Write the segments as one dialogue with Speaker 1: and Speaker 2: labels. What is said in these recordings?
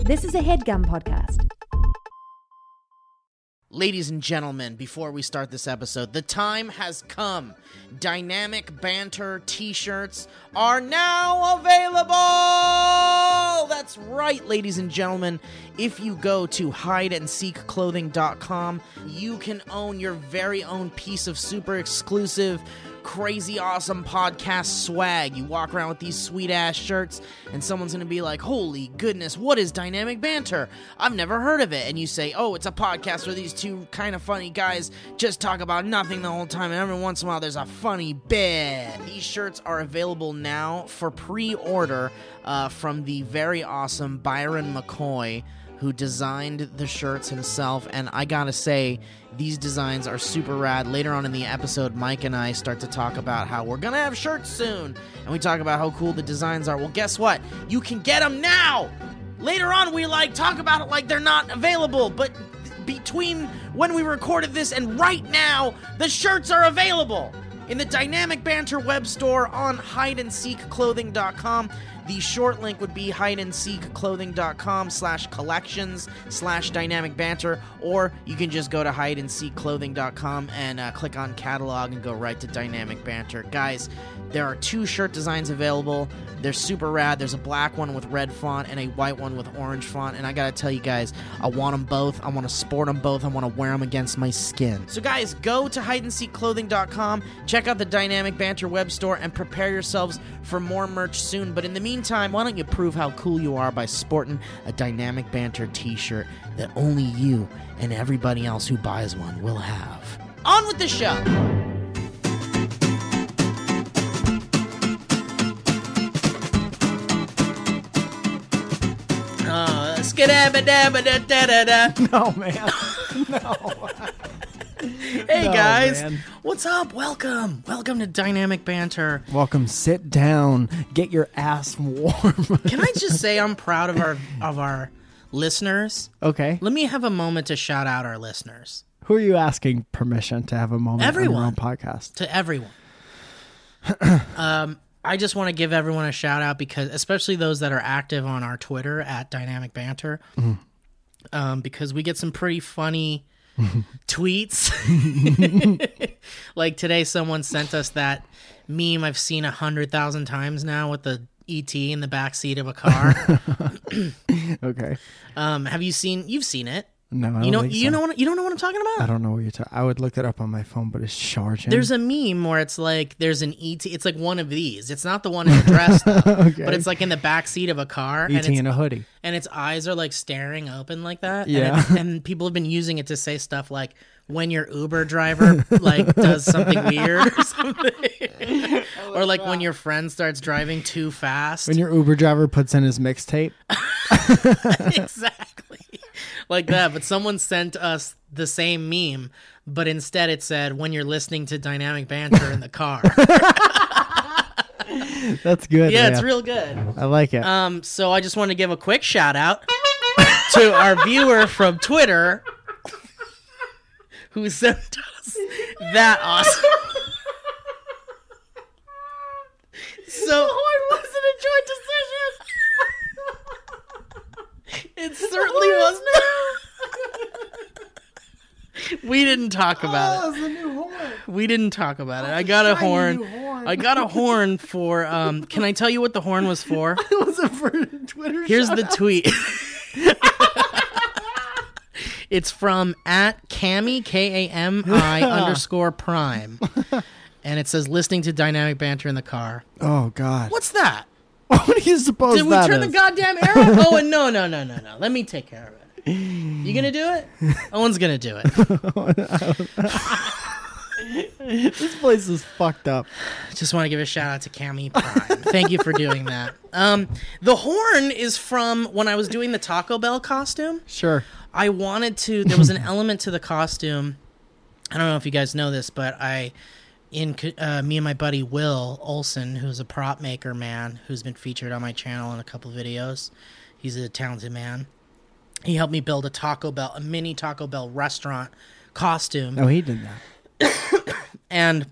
Speaker 1: This is a headgum podcast.
Speaker 2: Ladies and gentlemen, before we start this episode, the time has come. Dynamic Banter t shirts are now available! That's right, ladies and gentlemen. If you go to hideandseekclothing.com, you can own your very own piece of super exclusive, crazy awesome podcast swag. You walk around with these sweet ass shirts, and someone's gonna be like, Holy goodness, what is dynamic banter? I've never heard of it. And you say, Oh, it's a podcast where these two kind of funny guys just talk about nothing the whole time, and every once in a while there's a funny bit. These shirts are available now for pre order uh, from the very awesome Byron McCoy who designed the shirts himself. And I gotta say, these designs are super rad. Later on in the episode, Mike and I start to talk about how we're gonna have shirts soon. And we talk about how cool the designs are. Well, guess what? You can get them now! Later on, we like talk about it like they're not available, but between when we recorded this and right now, the shirts are available in the Dynamic Banter web store on hideandseekclothing.com. The short link would be hideandseekclothing.com slash collections slash dynamic banter, or you can just go to hideandseekclothing.com and uh, click on catalog and go right to dynamic banter. Guys, there are two shirt designs available. They're super rad. There's a black one with red font and a white one with orange font. And I gotta tell you guys, I want them both. I want to sport them both. I want to wear them against my skin. So guys, go to hideandseekclothing.com, check out the Dynamic Banter web store, and prepare yourselves for more merch soon. But in the meantime, why don't you prove how cool you are by sporting a Dynamic Banter T-shirt that only you and everybody else who buys one will have. On with the show. Uh, skidabba-dabba-da-da-da-da.
Speaker 3: No, man.
Speaker 2: Hey
Speaker 3: No,
Speaker 2: guys,
Speaker 3: man.
Speaker 2: what's up? Welcome, welcome to Dynamic Banter.
Speaker 3: Welcome. Sit down. Get your ass warm.
Speaker 2: Can I just say I'm proud of our of our listeners?
Speaker 3: okay.
Speaker 2: Let me have a moment to shout out our listeners
Speaker 3: Who are you asking permission to have a moment
Speaker 2: Everyone.
Speaker 3: on your own podcast?
Speaker 2: to everyone. um, I just want to give everyone a shout out because, especially those that are active on our Twitter at Dynamic Banter,
Speaker 3: Mm-hmm.
Speaker 2: um, because we get some pretty funny tweets. like today, someone sent us that meme I've seen a hundred thousand times now with the ET in the back seat of a car.
Speaker 3: Okay.
Speaker 2: um, have you seen? You've seen it.
Speaker 3: No, I don't
Speaker 2: You know.
Speaker 3: think
Speaker 2: You
Speaker 3: so.
Speaker 2: know. What, you don't know what I'm talking about.
Speaker 3: I don't know what you're talking. I would look it up on my phone, but it's charging.
Speaker 2: There's a meme where it's like there's an ET. It's like one of these. It's not the one in the dress, though,
Speaker 3: Okay.
Speaker 2: but it's like in the back seat of a car, and
Speaker 3: ET
Speaker 2: its,
Speaker 3: in a hoodie.
Speaker 2: and its eyes are like staring open like that. and
Speaker 3: Yeah.
Speaker 2: it's- And, people have been using it to say stuff like when your Uber driver like does something weird or something, or like when your friend starts driving too fast.
Speaker 3: When your Uber driver puts in his mixtape.
Speaker 2: exactly like that but someone sent us the same meme but instead it said when you're listening to dynamic banter in the car
Speaker 3: That's good.
Speaker 2: yeah
Speaker 3: man.
Speaker 2: it's real good
Speaker 3: I like it.
Speaker 2: um so i just want to give a quick shout out to our viewer from twitter who sent us that awesome so
Speaker 4: It wasn't a joint decision.
Speaker 2: it certainly was we didn't talk about it
Speaker 3: it's Oh, a new horn.
Speaker 2: We didn't talk about it. I got a
Speaker 3: shiny
Speaker 2: horn.
Speaker 3: new horn.
Speaker 2: I got a horn for. Um, can I tell you what the horn was for?
Speaker 3: It was a for Twitter.
Speaker 2: Here's
Speaker 3: shout-
Speaker 2: the tweet. it's from at Cami K A M I underscore Prime, and it says listening to dynamic banter in the car.
Speaker 3: Oh God.
Speaker 2: What's that?
Speaker 3: What do you suppose
Speaker 2: Did we
Speaker 3: that
Speaker 2: turn the
Speaker 3: is?
Speaker 2: goddamn air off? Oh, and no, no, no, no, no. Let me take care of it. You gonna do it? Owen's gonna do it.
Speaker 3: this place is fucked up.
Speaker 2: Just want to give a shout out to Cami Prime. Thank you for doing that. Um, the horn is from when I was doing the Taco Bell costume.
Speaker 3: Sure.
Speaker 2: I wanted to. There was an element to the costume. I don't know if you guys know this, but I, in co- uh, me and my buddy Will Olson, who's a prop maker man, who's been featured on my channel in a couple videos. He's a talented man. He helped me build a Taco Bell, a mini Taco Bell restaurant costume,
Speaker 3: No, he did that.
Speaker 2: and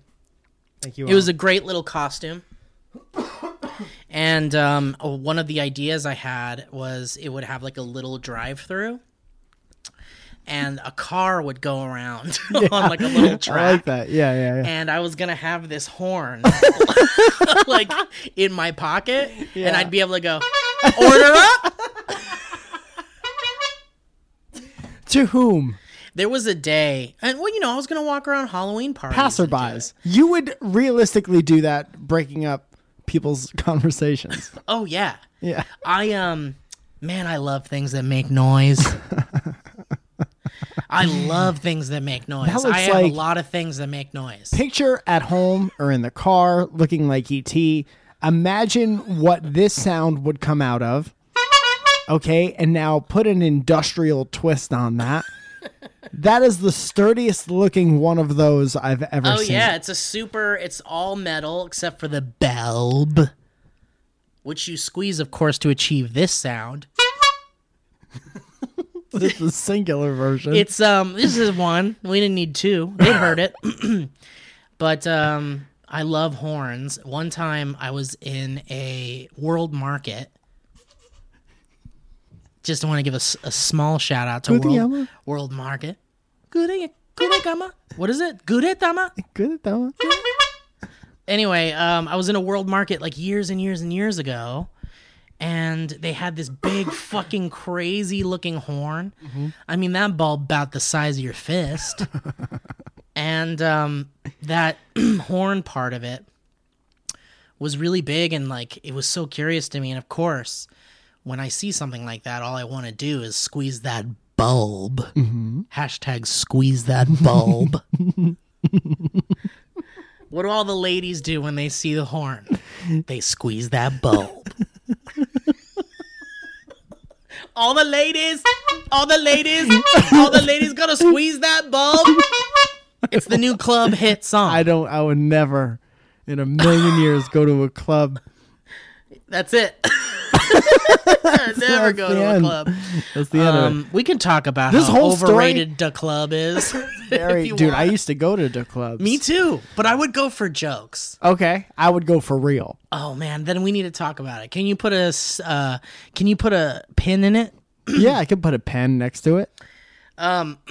Speaker 3: Thank you.
Speaker 2: it was a great little costume. And um, one of the ideas I had was it would have like a little drive through. And a car would go around on like a little track
Speaker 3: I like that. Yeah, yeah, yeah.
Speaker 2: and I was gonna have this horn like in my pocket, and I'd be able to go order up.
Speaker 3: to whom?
Speaker 2: There was a day, and well, you know, I was gonna walk around Halloween parties, and do
Speaker 3: Passerbys. You would realistically do that, breaking up people's conversations.
Speaker 2: it. Oh yeah,
Speaker 3: yeah.
Speaker 2: I um, man, I love things that make noise. I love things that make noise.
Speaker 3: That looks
Speaker 2: I have a
Speaker 3: like-
Speaker 2: lot of things that make noise.
Speaker 3: Picture at home or in the car looking like ET. Imagine what this sound would come out of. Okay, and now put an industrial twist on that. that is the sturdiest looking one of those I've ever
Speaker 2: Oh
Speaker 3: seen.
Speaker 2: yeah, it's a super. It's all metal except for the bulb, which you squeeze, of course, to achieve this sound.
Speaker 3: It's the singular version.
Speaker 2: It's um this is one. We didn't need two. They heard it. but um I love horns. One time I was in a world market. Just want to give a, s- a small shout out to World,
Speaker 3: Gudeyama?
Speaker 2: world Market. Gude- Gudegama? What is it? Gudetama?
Speaker 3: good at that one.
Speaker 2: anyway, um, I was in a world market like years and years and years ago, and they had this big fucking crazy looking horn. I mean, that ball about the size of your fist, and um, that horn part of it was really big and like it was so curious to me. And of course, when I see something like that, all I want to do is squeeze that bulb. Hashtag squeeze that bulb. What do all the ladies do when they see the horn? They squeeze that bulb. all the ladies, all the ladies, all the ladies gonna squeeze that bulb. It's the new club hit song.
Speaker 3: I don't. I would never, in a million years, go to a club.
Speaker 2: That's it. Never go
Speaker 3: the
Speaker 2: to a
Speaker 3: end.
Speaker 2: club.
Speaker 3: That's the end of it.
Speaker 2: Um, we can talk about
Speaker 3: This
Speaker 2: how
Speaker 3: whole story-
Speaker 2: overrated the club is.
Speaker 3: Very,
Speaker 2: you
Speaker 3: dude, I
Speaker 2: want.
Speaker 3: used to go to the clubs.
Speaker 2: Me too, but I would go for jokes.
Speaker 3: Okay, I would go for real.
Speaker 2: Oh man, then we need to talk about it. Can you put a s- uh, can you put a pin in it?
Speaker 3: yeah, I could put a pen next to it. Um,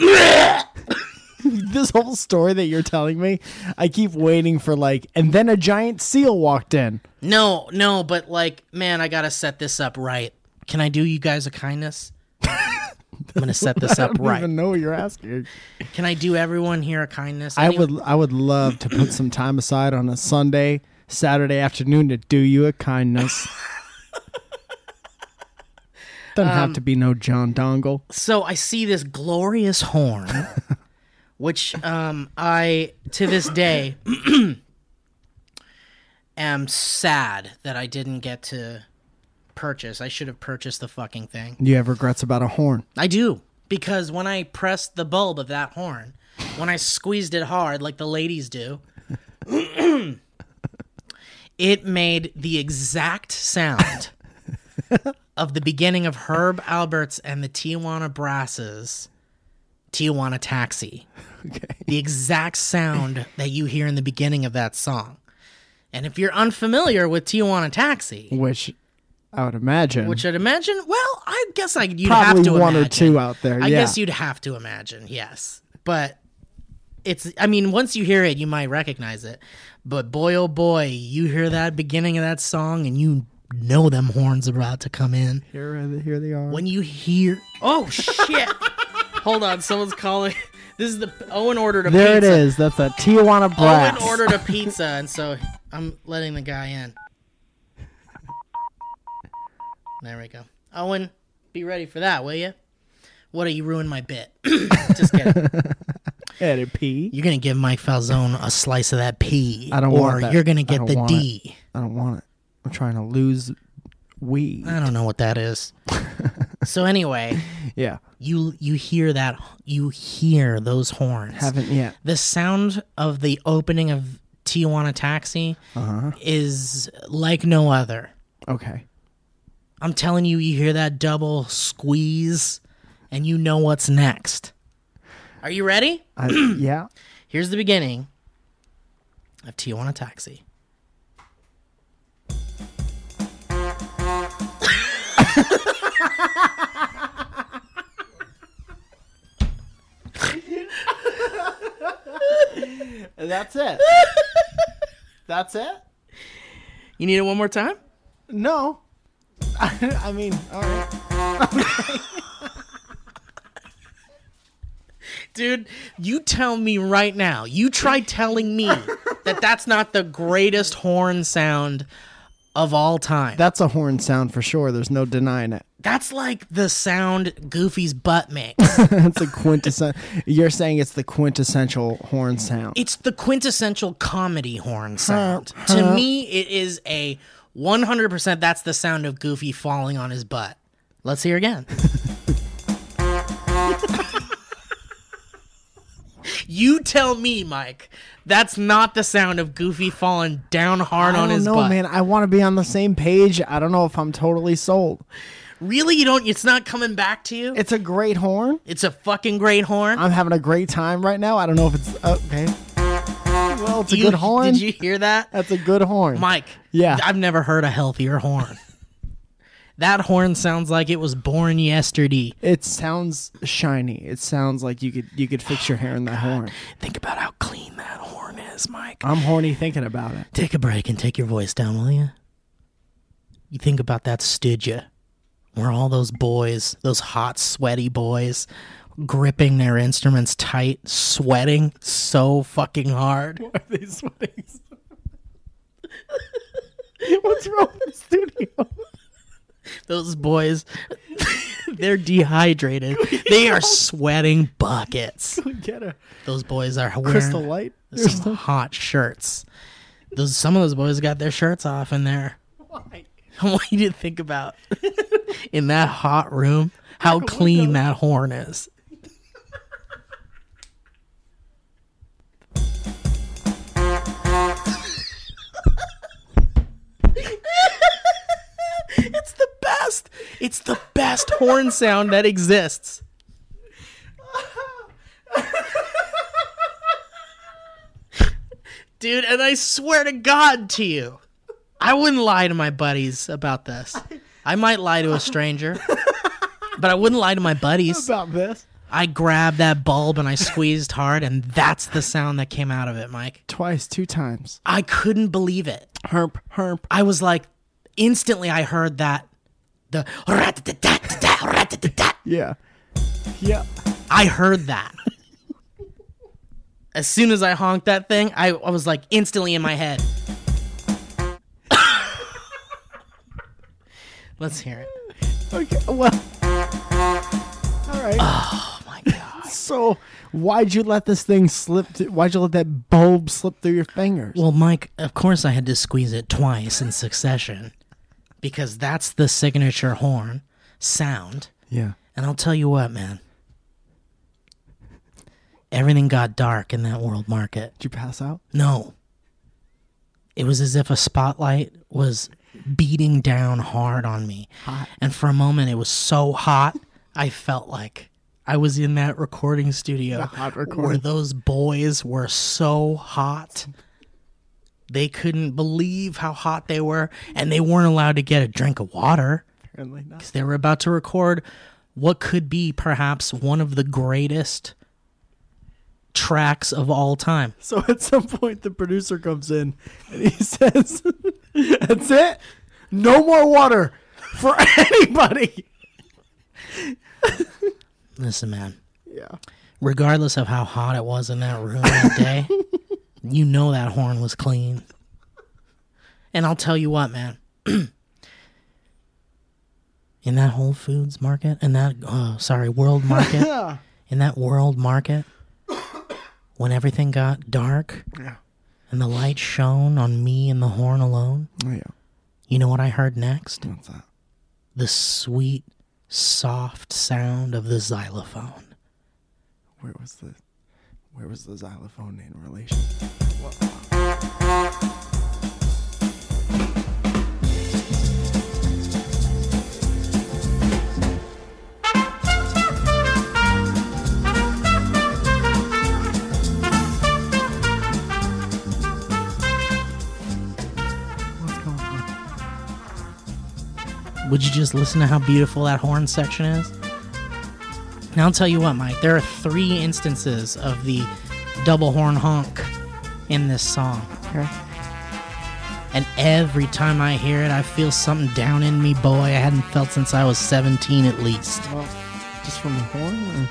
Speaker 3: this whole story that you're telling me, I keep waiting for like, and then a giant seal walked in.
Speaker 2: No, no, but like, man, I gotta set this up right. Can I do you guys a kindness? I'm gonna set this up
Speaker 3: I don't
Speaker 2: right.
Speaker 3: even know what you're asking.
Speaker 2: Can I do everyone here a kindness?
Speaker 3: I
Speaker 2: Any-
Speaker 3: would, I would love to put some time aside on a Sunday, Saturday afternoon to do you a kindness. Doesn't
Speaker 2: Um,
Speaker 3: have to be no John Dongle.
Speaker 2: So I see this glorious horn, which um, I to this day am sad that I didn't get to purchase. I should have purchased the fucking thing.
Speaker 3: You have regrets about a horn.
Speaker 2: I do because when I pressed the bulb of that horn, when I squeezed it hard like the ladies do, it made the exact sound of the beginning of Herb Albert's and the Tijuana Brasses Tijuana Taxi.
Speaker 3: Okay.
Speaker 2: The exact sound that you hear in the beginning of that song. And if you're unfamiliar with Tijuana Taxi,
Speaker 3: Which I would imagine.
Speaker 2: which I'd imagine, well, I guess I you'd
Speaker 3: probably
Speaker 2: have to
Speaker 3: one
Speaker 2: imagine.
Speaker 3: or two out there.
Speaker 2: I
Speaker 3: yeah.
Speaker 2: guess you'd have to imagine, yes. But it's, I mean, once you hear it, you might recognize it. But boy, oh boy, you hear that beginning of that song and you know them horns are about to come in.
Speaker 3: Here, here they are.
Speaker 2: When you hear, oh shit. Hold on, someone's calling. This is the, Owen ordered a
Speaker 3: There it
Speaker 2: pizza.
Speaker 3: is. That's a Tijuana
Speaker 2: Owen
Speaker 3: brass.
Speaker 2: ordered a pizza, and so I'm letting the guy in. There we go. Owen, be ready for that, will you? What are you ruin my bit? Just kidding.
Speaker 3: Eddie P.
Speaker 2: You're gonna give Mike Falzone a slice of that P.
Speaker 3: I don't
Speaker 2: or
Speaker 3: want that.
Speaker 2: you're gonna
Speaker 3: I
Speaker 2: get
Speaker 3: don't
Speaker 2: the
Speaker 3: want
Speaker 2: D.
Speaker 3: I don't want it. I'm trying to lose we.
Speaker 2: I don't know what that is. so anyway,
Speaker 3: Yeah.
Speaker 2: you you hear that you hear those horns.
Speaker 3: Haven't yet.
Speaker 2: the sound of the opening of Tijuana Taxi
Speaker 3: Uh-huh.
Speaker 2: is like no other.
Speaker 3: Okay.
Speaker 2: I'm telling you, you hear that double squeeze and you know what's next. Are you ready?
Speaker 3: I, yeah.
Speaker 2: Here's the beginning of Tijuana Taxi.
Speaker 3: That's it. That's it.
Speaker 2: You need it one more time?
Speaker 3: No. I, mean, all right.
Speaker 2: Dude, you tell me right now. You try telling me that that's not the greatest horn sound of all time.
Speaker 3: That's a horn sound for sure. There's no denying it.
Speaker 2: That's like the sound Goofy's butt makes.
Speaker 3: That's a quintessential. You're saying it's the quintessential horn sound.
Speaker 2: it's the quintessential comedy horn sound. to me, it is a 100% that's the sound of Goofy falling on his butt. Let's hear again. you tell me, Mike, that's not the sound of Goofy falling down hard
Speaker 3: I
Speaker 2: on
Speaker 3: don't
Speaker 2: his
Speaker 3: know,
Speaker 2: butt.
Speaker 3: man. I want to be on the same page. I don't know if I'm totally sold.
Speaker 2: Really, you don't? It's not coming back to you?
Speaker 3: It's a great horn.
Speaker 2: It's a fucking great horn.
Speaker 3: I'm having a great time right now. I don't know if it's oh, okay. Well, it's a
Speaker 2: You-
Speaker 3: good horn.
Speaker 2: Did you hear that?
Speaker 3: That's a good horn.
Speaker 2: Mike.
Speaker 3: Yeah.
Speaker 2: I've never heard a healthier horn. that horn sounds like it was born yesterday.
Speaker 3: it sounds shiny. It sounds like you could you could fix your hair in that horn.
Speaker 2: Think about how clean that horn is, Mike.
Speaker 3: I'm horny thinking about it.
Speaker 2: Take a break and take your voice down, will you? You think about that Stygia, where all those boys, those hot, sweaty boys, gripping their instruments tight, sweating so fucking hard.
Speaker 3: Are they sweating? What's wrong with the studio?
Speaker 2: Those boys, they're dehydrated. They are sweating buckets.
Speaker 3: Get a
Speaker 2: Those boys are wearing
Speaker 3: crystal light.
Speaker 2: some hot shirts. Those some of those boys got their shirts off in there. Why? I want you to think about in that hot room how clean that horn is. it's the best. It's the best horn sound that exists. dude. And I swear to God to you, I wouldn't lie to my buddies about this. I might lie to a stranger, but I wouldn't lie to my buddies.
Speaker 3: about this
Speaker 2: I grabbed that bulb and I squeezed hard, and that's the sound that came out of it, Mike.
Speaker 3: twice, two times.
Speaker 2: I couldn't believe it.
Speaker 3: Herp, herp.
Speaker 2: I was like, instantly, I heard that. The rat-a-tat-tat-tat, rat-a-tat-tat.
Speaker 3: Yeah, yeah.
Speaker 2: I heard that. As soon as I honked that thing, I, I was like instantly in my head. Let's hear it.
Speaker 3: Okay. Well. All right.
Speaker 2: Oh my god.
Speaker 3: So why'd you let this thing slip? Th- why'd you let that bulb slip through your fingers?
Speaker 2: Well, Mike, of course I had to squeeze it twice in succession because that's the signature horn sound.
Speaker 3: yeah.
Speaker 2: And I'll tell you what, man. Everything got dark in that world market.
Speaker 3: Did you pass out?
Speaker 2: No. It was as if a spotlight was beating down hard on me. And for a moment, it was so hot, I felt like I was in that recording studio
Speaker 3: hot
Speaker 2: where
Speaker 3: recording.
Speaker 2: those boys were so hot. They couldn't believe how hot they were, and they weren't allowed to get a drink of water
Speaker 3: Apparently not.
Speaker 2: because they were about to record what could be perhaps one of the greatest tracks of all time.
Speaker 3: So at some point the producer comes in and he says, "That's it. No more water for anybody."
Speaker 2: Listen, man.
Speaker 3: Yeah.
Speaker 2: regardless of how hot it was in that room that day, you know that horn was clean. And I'll tell you what, man. in that Whole Foods market, in that oh, sorry, World Market,
Speaker 3: Yeah.
Speaker 2: in that World Market, when everything got dark
Speaker 3: Yeah.
Speaker 2: and the light shone on me and the horn alone,
Speaker 3: Oh yeah.
Speaker 2: you know what I heard next?
Speaker 3: What's that?
Speaker 2: The sweet, soft sound of the xylophone.
Speaker 3: Where was the where was the xylophone in relation? What's going on?
Speaker 2: Would you just listen to how beautiful that horn section is? Now I'll tell you what, Mike. There are three instances of the double horn honk in this song. And every time I hear it, I feel something down in me, boy, I hadn't felt since I was 17 at least.
Speaker 3: Just from the horn?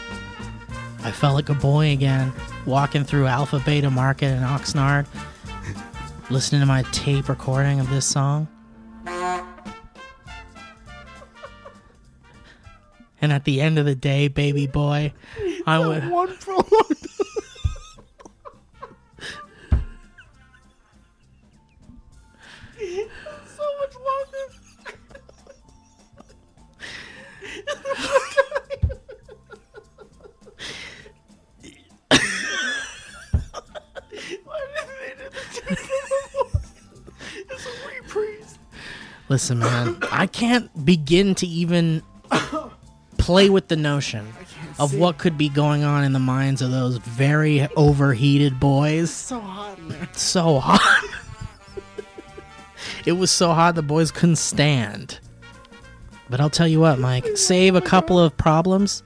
Speaker 2: I felt like a boy again, walking through Alpha Beta Market in Oxnard, listening to my tape recording of this song. And at the end of the day, baby boy, I would.
Speaker 3: One prolonged.
Speaker 2: Listen, man, I can't begin to even play with the notion of what could be going on in the minds of those very overheated boys.
Speaker 3: So hot in there.
Speaker 2: It's so hot. it was so hot the boys couldn't stand. But I'll tell you what, Mike, save a couple of problems.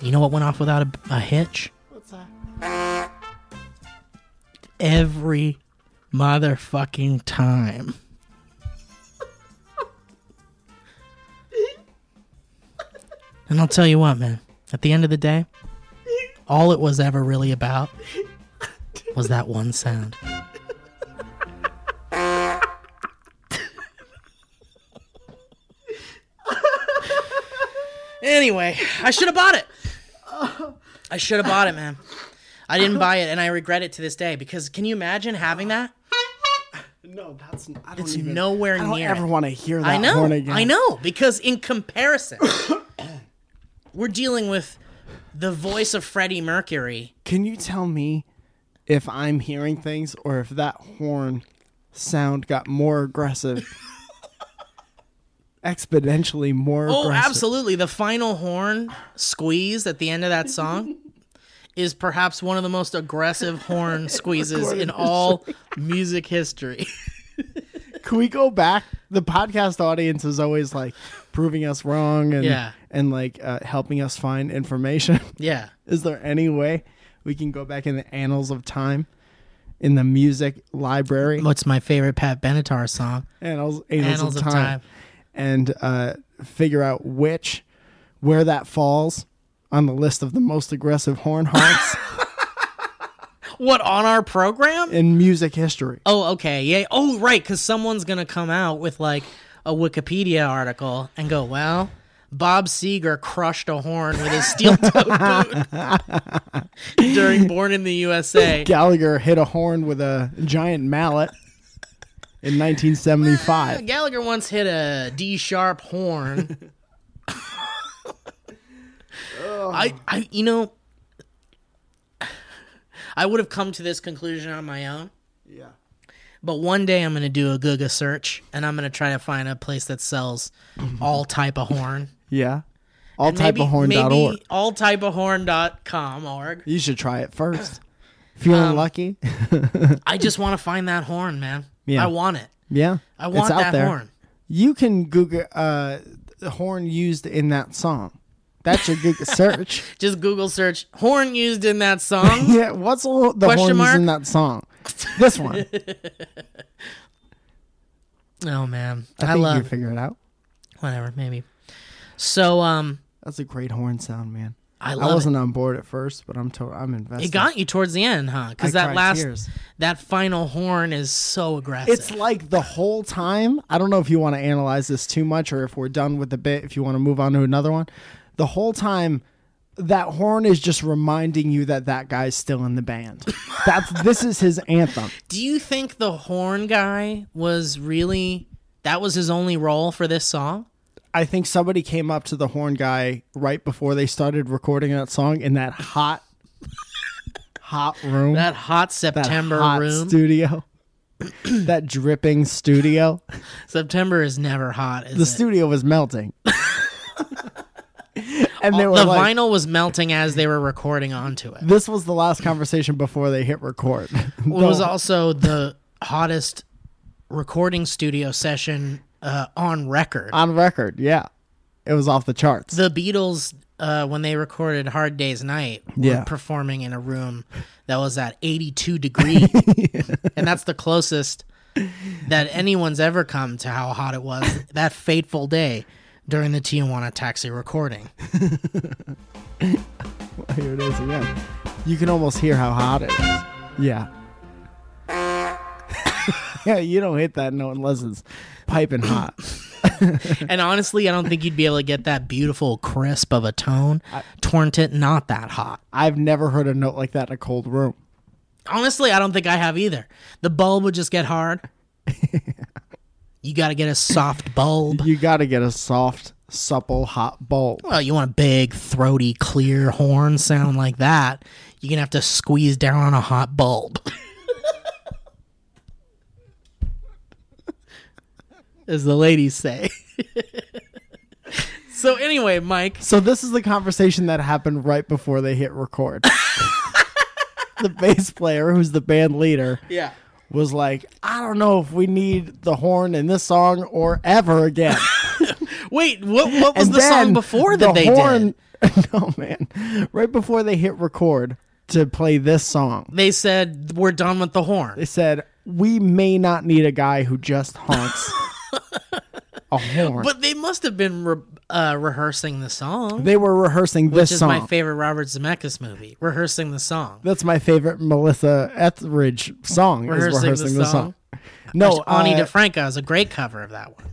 Speaker 2: You know what went off without a, a hitch?
Speaker 3: What's that?
Speaker 2: Every motherfucking time. and I'll tell you what, man, at the end of the day, all it was ever really about was that one sound. Anyway, I should have bought it. I should have bought it, man. I didn't buy it, and I regret it to this day because can you imagine having that?
Speaker 3: No, that's. I don't
Speaker 2: It's
Speaker 3: even, Oh,
Speaker 2: nowhere
Speaker 3: I don't
Speaker 2: near.
Speaker 3: ever
Speaker 2: it.
Speaker 3: want to hear that
Speaker 2: I know.
Speaker 3: horn again.
Speaker 2: I know because in comparison, we're dealing with the voice of Freddie Mercury.
Speaker 3: Can you tell me if I'm hearing things or if that horn sound got more aggressive? Exponentially more
Speaker 2: Oh,
Speaker 3: aggressive.
Speaker 2: absolutely. The final horn squeeze at the end of that song is perhaps one of the most aggressive horn squeezes in all music history.
Speaker 3: Can we go back? The podcast audience is always like proving us wrong and
Speaker 2: Yeah.
Speaker 3: and like uh, helping us find information.
Speaker 2: yeah.
Speaker 3: is there any way we can go back in the annals of time in the music library?
Speaker 2: What's my favorite Pat Benatar song?
Speaker 3: annals, annals,
Speaker 2: Annals
Speaker 3: of,
Speaker 2: of
Speaker 3: time,
Speaker 2: Time.
Speaker 3: and uh, figure out which where that falls on the list of the most aggressive horn honks
Speaker 2: What on our program?
Speaker 3: in music history.
Speaker 2: Oh, okay. Yeah. Oh, right. Because someone's going to come out with like a Wikipedia article and go, well, Bob Seger crushed a horn with his steel toed boot during Born in the USA.
Speaker 3: Gallagher hit a horn with a giant mallet in 1975.
Speaker 2: Gallagher once hit a D sharp horn. I, I, you know, I would have come to this conclusion on my own.
Speaker 3: Yeah.
Speaker 2: But one day I'm gonna do a Google search and I'm gonna try to find a place that sells all type of horn.
Speaker 3: Yeah. All type
Speaker 2: Maybe-
Speaker 3: of horn.org.
Speaker 2: Maybe all type of horn.com org.
Speaker 3: You should try it first. Feeling
Speaker 2: Um,
Speaker 3: lucky?
Speaker 2: I just want to find that horn, man.
Speaker 3: Yeah.
Speaker 2: I want it.
Speaker 3: Yeah.
Speaker 2: I want
Speaker 3: it's out
Speaker 2: that
Speaker 3: there.
Speaker 2: horn.
Speaker 3: You can Google uh, the horn used in that song. That's your Google search.
Speaker 2: Just Google search horn used in that song.
Speaker 3: Yeah, what's all the
Speaker 2: Question
Speaker 3: horns
Speaker 2: mark?
Speaker 3: in that song? This one. I, think
Speaker 2: oh man, I,
Speaker 3: you
Speaker 2: love
Speaker 3: figure it out.
Speaker 2: whatever. Maybe. So um,
Speaker 3: That's a great horn sound, man.
Speaker 2: I
Speaker 3: I
Speaker 2: love
Speaker 3: wasn't on board at first, but I'm to- I'm
Speaker 2: it.
Speaker 3: invested.
Speaker 2: It got you towards the end, huh?
Speaker 3: I
Speaker 2: Because that
Speaker 3: cried
Speaker 2: last,
Speaker 3: tears.
Speaker 2: that final horn is so aggressive.
Speaker 3: It's like the whole time. I don't know if you want to analyze this too much or if we're done with the bit, if you want to move on to another one. The whole time that horn is just reminding you that that guy's still in the band. That's this is his anthem.
Speaker 2: Do you think the horn guy was really that was his only role for this song?
Speaker 3: I think somebody came up to the horn guy right before they started recording that song in that hot hot room.
Speaker 2: That hot
Speaker 3: that
Speaker 2: September
Speaker 3: hot
Speaker 2: room.
Speaker 3: studio. that dripping studio.
Speaker 2: September is never hot. Is
Speaker 3: The
Speaker 2: it?
Speaker 3: studio was melting. and they were
Speaker 2: the
Speaker 3: like,
Speaker 2: vinyl was melting as they were recording onto it.
Speaker 3: this was the last conversation before they hit record.
Speaker 2: It was
Speaker 3: The-
Speaker 2: also the hottest recording studio session uh, on record.
Speaker 3: on record, yeah. It was off the charts.
Speaker 2: the Beatles uh, when they recorded Hard Day's Night were
Speaker 3: Yeah.
Speaker 2: performing in a room that was at 82 degree and that's the closest that anyone's ever come to how hot it was that fateful day during the Tijuana taxi recording.
Speaker 3: Here it is again. You can almost hear how hot it is. Yeah. yeah, you don't hit that note unless it's piping hot.
Speaker 2: And honestly, I don't think you'd be able to get that beautiful crisp of a tone. Torntit not that hot.
Speaker 3: I've never heard a note like that in a cold room.
Speaker 2: Honestly, I don't think I have either. The bulb would just get hard. you got to get a soft bulb.
Speaker 3: You got to get a soft, supple, hot bulb.
Speaker 2: Well, you want a big, throaty, clear horn sound like that. You're going to have to squeeze down on a hot bulb. As the ladies say. so, anyway, Mike,
Speaker 3: So this is the conversation that happened right before they hit record. the bass player, who's the band leader, yeah, was like, "I don't know if we need the horn in this song or ever again."
Speaker 2: wait, what, what was
Speaker 3: And
Speaker 2: the
Speaker 3: then
Speaker 2: song before that
Speaker 3: the
Speaker 2: they did?
Speaker 3: horn, did? No man, right before they hit record to play this song,
Speaker 2: They said, we're done with the
Speaker 3: they
Speaker 2: horn.
Speaker 3: said, "We may not need a guy who just honks a horn."
Speaker 2: But they must have been re- uh, rehearsing the song,
Speaker 3: they were rehearsing
Speaker 2: which
Speaker 3: this
Speaker 2: is
Speaker 3: song.
Speaker 2: my favorite Robert Zemeckis movie, rehearsing the song.
Speaker 3: That's my favorite Melissa Etheridge song.
Speaker 2: Rehearsing
Speaker 3: is
Speaker 2: the
Speaker 3: rehearsing the
Speaker 2: song?
Speaker 3: song. No,
Speaker 2: Which Ani
Speaker 3: uh,
Speaker 2: DeFranco is a great cover of that one.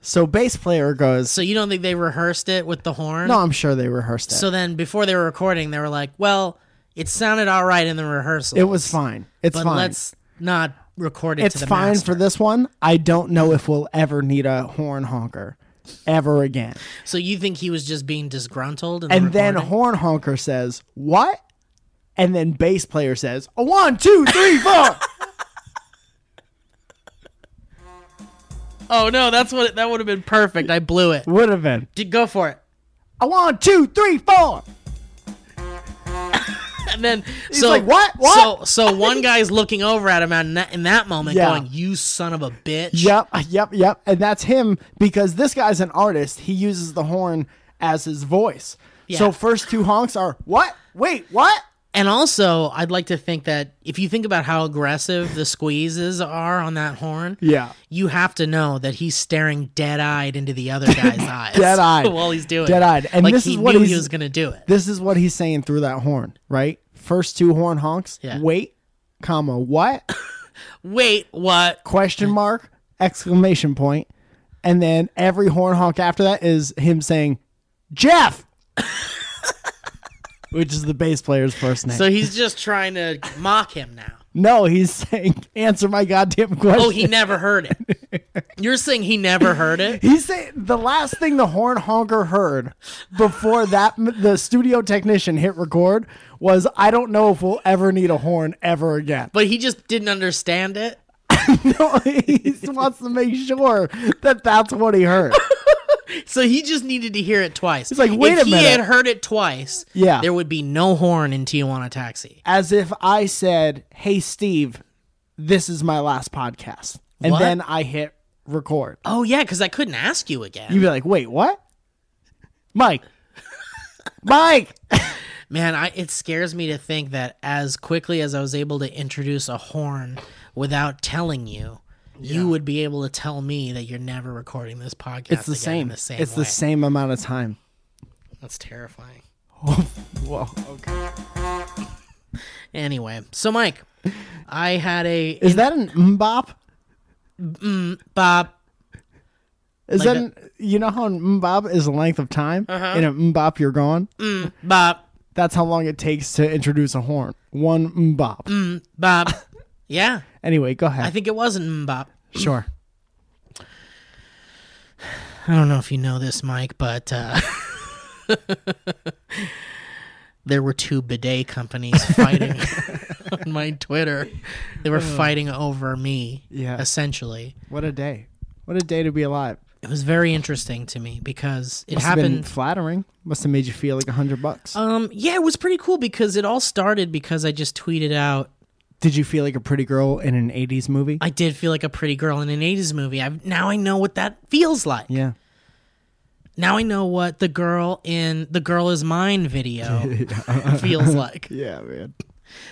Speaker 3: so bass player goes.
Speaker 2: So you don't think they rehearsed it with the horn?
Speaker 3: No, I'm sure they rehearsed it.
Speaker 2: So then before they were recording, they were like, "Well, it sounded all right in the rehearsal.
Speaker 3: it was fine. It's
Speaker 2: but
Speaker 3: fine.
Speaker 2: let's not record it to
Speaker 3: it's
Speaker 2: the
Speaker 3: fine
Speaker 2: master."
Speaker 3: for this one. I don't know if we'll ever need a horn honker ever again.
Speaker 2: So you think he was just being disgruntled in
Speaker 3: And
Speaker 2: the
Speaker 3: then
Speaker 2: recording?
Speaker 3: horn honker says, "What?" And then bass player says, "A one, two, three, four."
Speaker 2: oh no, that's what that would have been perfect. I blew it.
Speaker 3: Would have been
Speaker 2: Did go for it.
Speaker 3: a one, two, three, four.
Speaker 2: And then so
Speaker 3: like, "What? What?"
Speaker 2: So so one guy's looking over at him and in that, in that moment,
Speaker 3: Yeah.
Speaker 2: going, "You son of a bitch."
Speaker 3: Yep, yep, yep. And that's him because this guy's an artist. He uses the horn as his voice.
Speaker 2: Yeah.
Speaker 3: So first two honks are what? Wait, what?
Speaker 2: And also, I'd like to think that if you think about how aggressive the squeezes are on that horn,
Speaker 3: Yeah.
Speaker 2: you have to know that he's staring dead-eyed into the other guy's eyes,
Speaker 3: Dead-eyed.
Speaker 2: while he's doing it.
Speaker 3: Dead-eyed. And
Speaker 2: like
Speaker 3: this
Speaker 2: he
Speaker 3: is what
Speaker 2: knew he
Speaker 3: he's-
Speaker 2: was going to do it.
Speaker 3: This is what he's saying through that horn, right? First two horn honks.
Speaker 2: Yeah.
Speaker 3: Wait, comma, what?
Speaker 2: Wait, what?
Speaker 3: Question mark, exclamation point. And then every horn honk after that is him saying, Jeff, which is the bass player's first name.
Speaker 2: So he's just trying to mock him now.
Speaker 3: no, he's saying, answer my goddamn question.
Speaker 2: Oh, he never heard it. You're saying he never heard it?
Speaker 3: He said the last thing the horn honker heard before that the studio technician hit record was I don't know if we'll ever need a horn ever again.
Speaker 2: But he just didn't understand it.
Speaker 3: No, he wants to make sure that that's what he heard.
Speaker 2: So he just needed to hear it twice. He's
Speaker 3: like, "Wait
Speaker 2: if
Speaker 3: a minute."
Speaker 2: he had heard it twice,
Speaker 3: Yeah.
Speaker 2: there would be no horn in Tijuana Taxi.
Speaker 3: As if I said, "Hey Steve, this is my last podcast," and
Speaker 2: What?
Speaker 3: then I hit record.
Speaker 2: Oh yeah, because I couldn't ask you again.
Speaker 3: You'd be like, "Wait, what?" Mike, Mike.
Speaker 2: Man, I, it scares me to think that as quickly as I was able to introduce a horn without telling you, you would be able to tell me that you're never recording this podcast.
Speaker 3: It's the
Speaker 2: again
Speaker 3: same.
Speaker 2: In the same.
Speaker 3: It's
Speaker 2: way.
Speaker 3: the same amount of time.
Speaker 2: That's terrifying.
Speaker 3: Whoa.
Speaker 2: Anyway, so Mike, I had a
Speaker 3: Is that an mbop?
Speaker 2: Bob.
Speaker 3: Is
Speaker 2: Like Uh-huh.
Speaker 3: that an- you know how an mbop is the length of time? In a mbop, you're gone.
Speaker 2: Mm. Bob.
Speaker 3: That's how long it takes to introduce a horn. One mbop.
Speaker 2: Bob. yeah,
Speaker 3: Anyway, go
Speaker 2: Mm. I
Speaker 3: ahead.
Speaker 2: think it wasn't Bob.
Speaker 3: sure.
Speaker 2: I don't know if you know this, Mike, but uh, there were two bidet companies fighting on my Twitter. They were fighting over me,
Speaker 3: Oh. Yeah.
Speaker 2: essentially.
Speaker 3: What a day. What a day to be alive.
Speaker 2: It was very interesting to me because it
Speaker 3: Must have been Oh.
Speaker 2: happened.
Speaker 3: flattering. Must have made you feel like a hundred bucks.
Speaker 2: Um, yeah, it was pretty cool because it all started because I just tweeted out
Speaker 3: Did you feel like a pretty girl in an 80s movie?
Speaker 2: I did feel like a pretty girl in an 80s movie. I've, now I know what that feels like.
Speaker 3: yeah.
Speaker 2: Now I know what the girl in the Girl Is Mine video feels like.
Speaker 3: Yeah, man.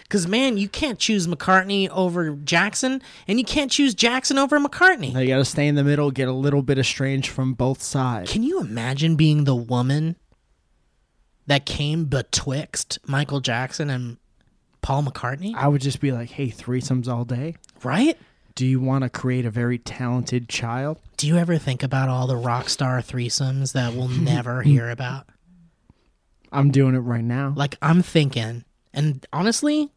Speaker 2: Because, man, you can't choose McCartney over Jackson, and you can't choose Jackson over McCartney.
Speaker 3: Now you got to stay in the middle, get a little bit of strange from both sides.
Speaker 2: Can you imagine being the woman that came betwixt Michael Jackson and Paul McCartney?
Speaker 3: I would just be like, hey, threesomes all day.
Speaker 2: Right?
Speaker 3: Do you want to create a very talented child?
Speaker 2: Do you ever think about all the rock star threesomes that we'll never hear about?
Speaker 3: I'm doing it right now.
Speaker 2: Like, I'm thinking, and honestly,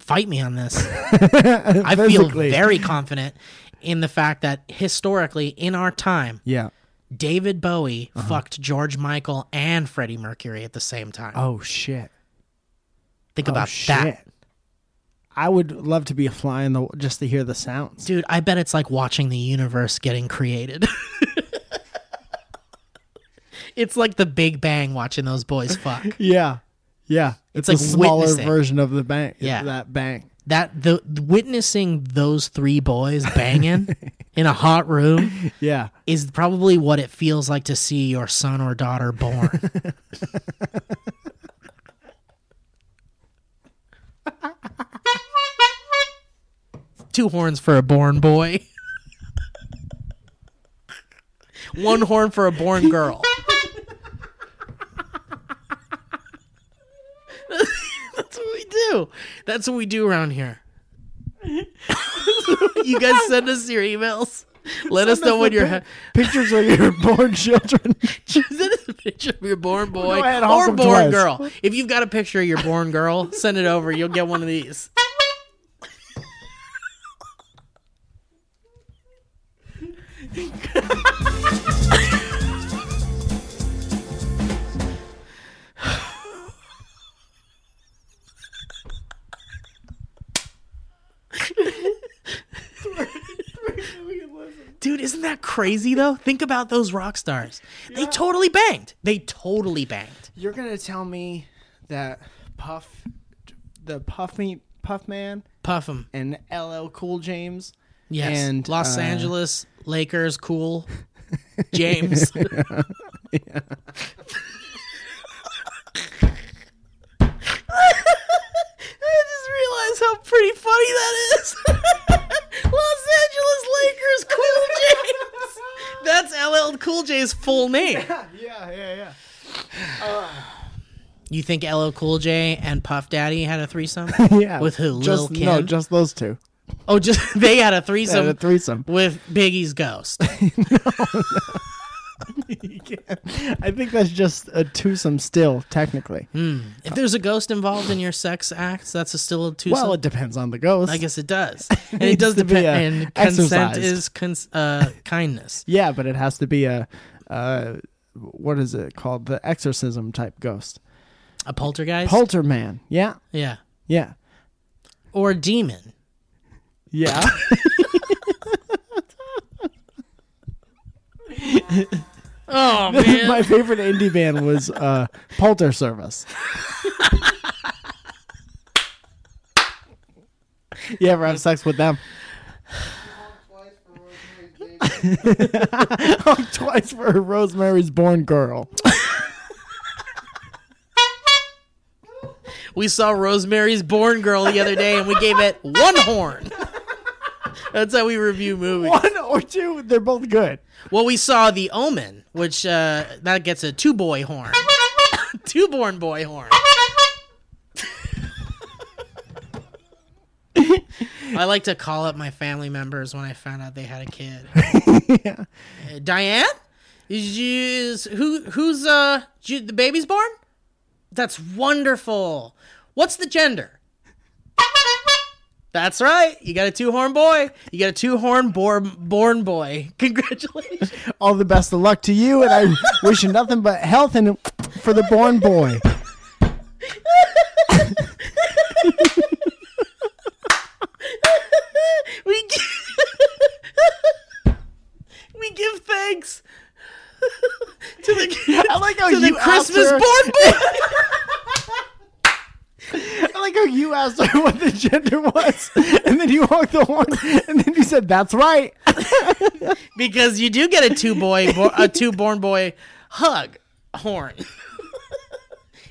Speaker 2: fight me on this. I feel
Speaker 3: Physically.
Speaker 2: very confident in the fact that historically, in our time,
Speaker 3: Yeah.
Speaker 2: David Bowie
Speaker 3: Uh-huh.
Speaker 2: fucked George Michael and Freddie Mercury at the same time.
Speaker 3: Oh, shit.
Speaker 2: Think
Speaker 3: Oh,
Speaker 2: about
Speaker 3: shit.
Speaker 2: that.
Speaker 3: I would love to be a fly in the just to hear the sounds.
Speaker 2: Dude, I bet it's like watching the universe getting created. it's like the Big Bang watching those boys fuck.
Speaker 3: Yeah. Yeah.
Speaker 2: It's
Speaker 3: It's,
Speaker 2: like
Speaker 3: a smaller
Speaker 2: witnessing.
Speaker 3: version of the bank.
Speaker 2: Yeah.
Speaker 3: That bank.
Speaker 2: That the witnessing those three boys banging in a hot room
Speaker 3: Yeah.
Speaker 2: is probably what it feels like to see your son or daughter born. Two horns for a born boy. One horn for a born girl. That's what we do. That's what we do around here. you guys send us your emails. Let us know when you're. Ha-
Speaker 3: Pictures of your born children.
Speaker 2: send us a picture of your born boy
Speaker 3: Go ahead, honk
Speaker 2: or
Speaker 3: them
Speaker 2: born
Speaker 3: twice.
Speaker 2: girl. If you've got a picture of your born girl, send it over. You'll get one of these. Dude, isn't that crazy though? Think about those rock stars. They totally banged. They totally banged.
Speaker 3: You're gonna tell me that Puff, the Puffy Puff Man,
Speaker 2: Puff them.
Speaker 3: and LL Cool James.
Speaker 2: Yes.
Speaker 3: And,
Speaker 2: Los
Speaker 3: uh,
Speaker 2: Angeles Lakers cool James. I just realized how pretty funny that is. Los Angeles Lakers cool James. That's LL Cool J's full name.
Speaker 3: Yeah, yeah, yeah.
Speaker 2: You think LL Cool J and Puff Daddy had a threesome?
Speaker 3: Yeah.
Speaker 2: With who?
Speaker 3: Just,
Speaker 2: Lil'
Speaker 3: No,
Speaker 2: Kim?
Speaker 3: just those two.
Speaker 2: oh, just they had a
Speaker 3: They had
Speaker 2: threesome
Speaker 3: a threesome.
Speaker 2: with Biggie's ghost.
Speaker 3: I think that's just a twosome still, technically.
Speaker 2: If there's a ghost involved in your sex acts, that's a still a twosome.
Speaker 3: Well, it depends on the ghost.
Speaker 2: I guess it does, and it
Speaker 3: needs
Speaker 2: does
Speaker 3: to be,
Speaker 2: depend.
Speaker 3: uh,
Speaker 2: And consent
Speaker 3: exercised.
Speaker 2: is cons- uh, kindness.
Speaker 3: Yeah, but it has to be a, uh, what is it called? The exorcism type ghost.
Speaker 2: A poltergeist,
Speaker 3: Polterman. Yeah,
Speaker 2: yeah,
Speaker 3: yeah,
Speaker 2: or a demon.
Speaker 3: yeah.
Speaker 2: Oh man,
Speaker 3: My favorite indie band was uh, Polter Service. you ever have sex with them? Honked twice for a Rosemary's Born Girl.
Speaker 2: we saw Rosemary's Born Girl the other day, and we gave it one horn. That's how we review movies.
Speaker 3: One or two, they're both good.
Speaker 2: Well, we saw The Omen, which uh, that gets a two boy horn, two born boy horn. I like to call up my family members when I found out they had a kid. Uh, Diane, is you, is, who who's uh you, the baby's born? That's wonderful. What's the gender? That's right. You got a two horn boy. You got a two horn born born boy. Congratulations.
Speaker 3: All the best of luck to you, and I wish you nothing but health and for the born boy.
Speaker 2: We give, we give thanks to the,
Speaker 3: I like how
Speaker 2: to the
Speaker 3: you
Speaker 2: Christmas
Speaker 3: after-
Speaker 2: born boy.
Speaker 3: like how you asked her what the gender was, and then you honked the horn, and then you said, "That's right."
Speaker 2: because you do get a two boy bo- a two born boy hug horn.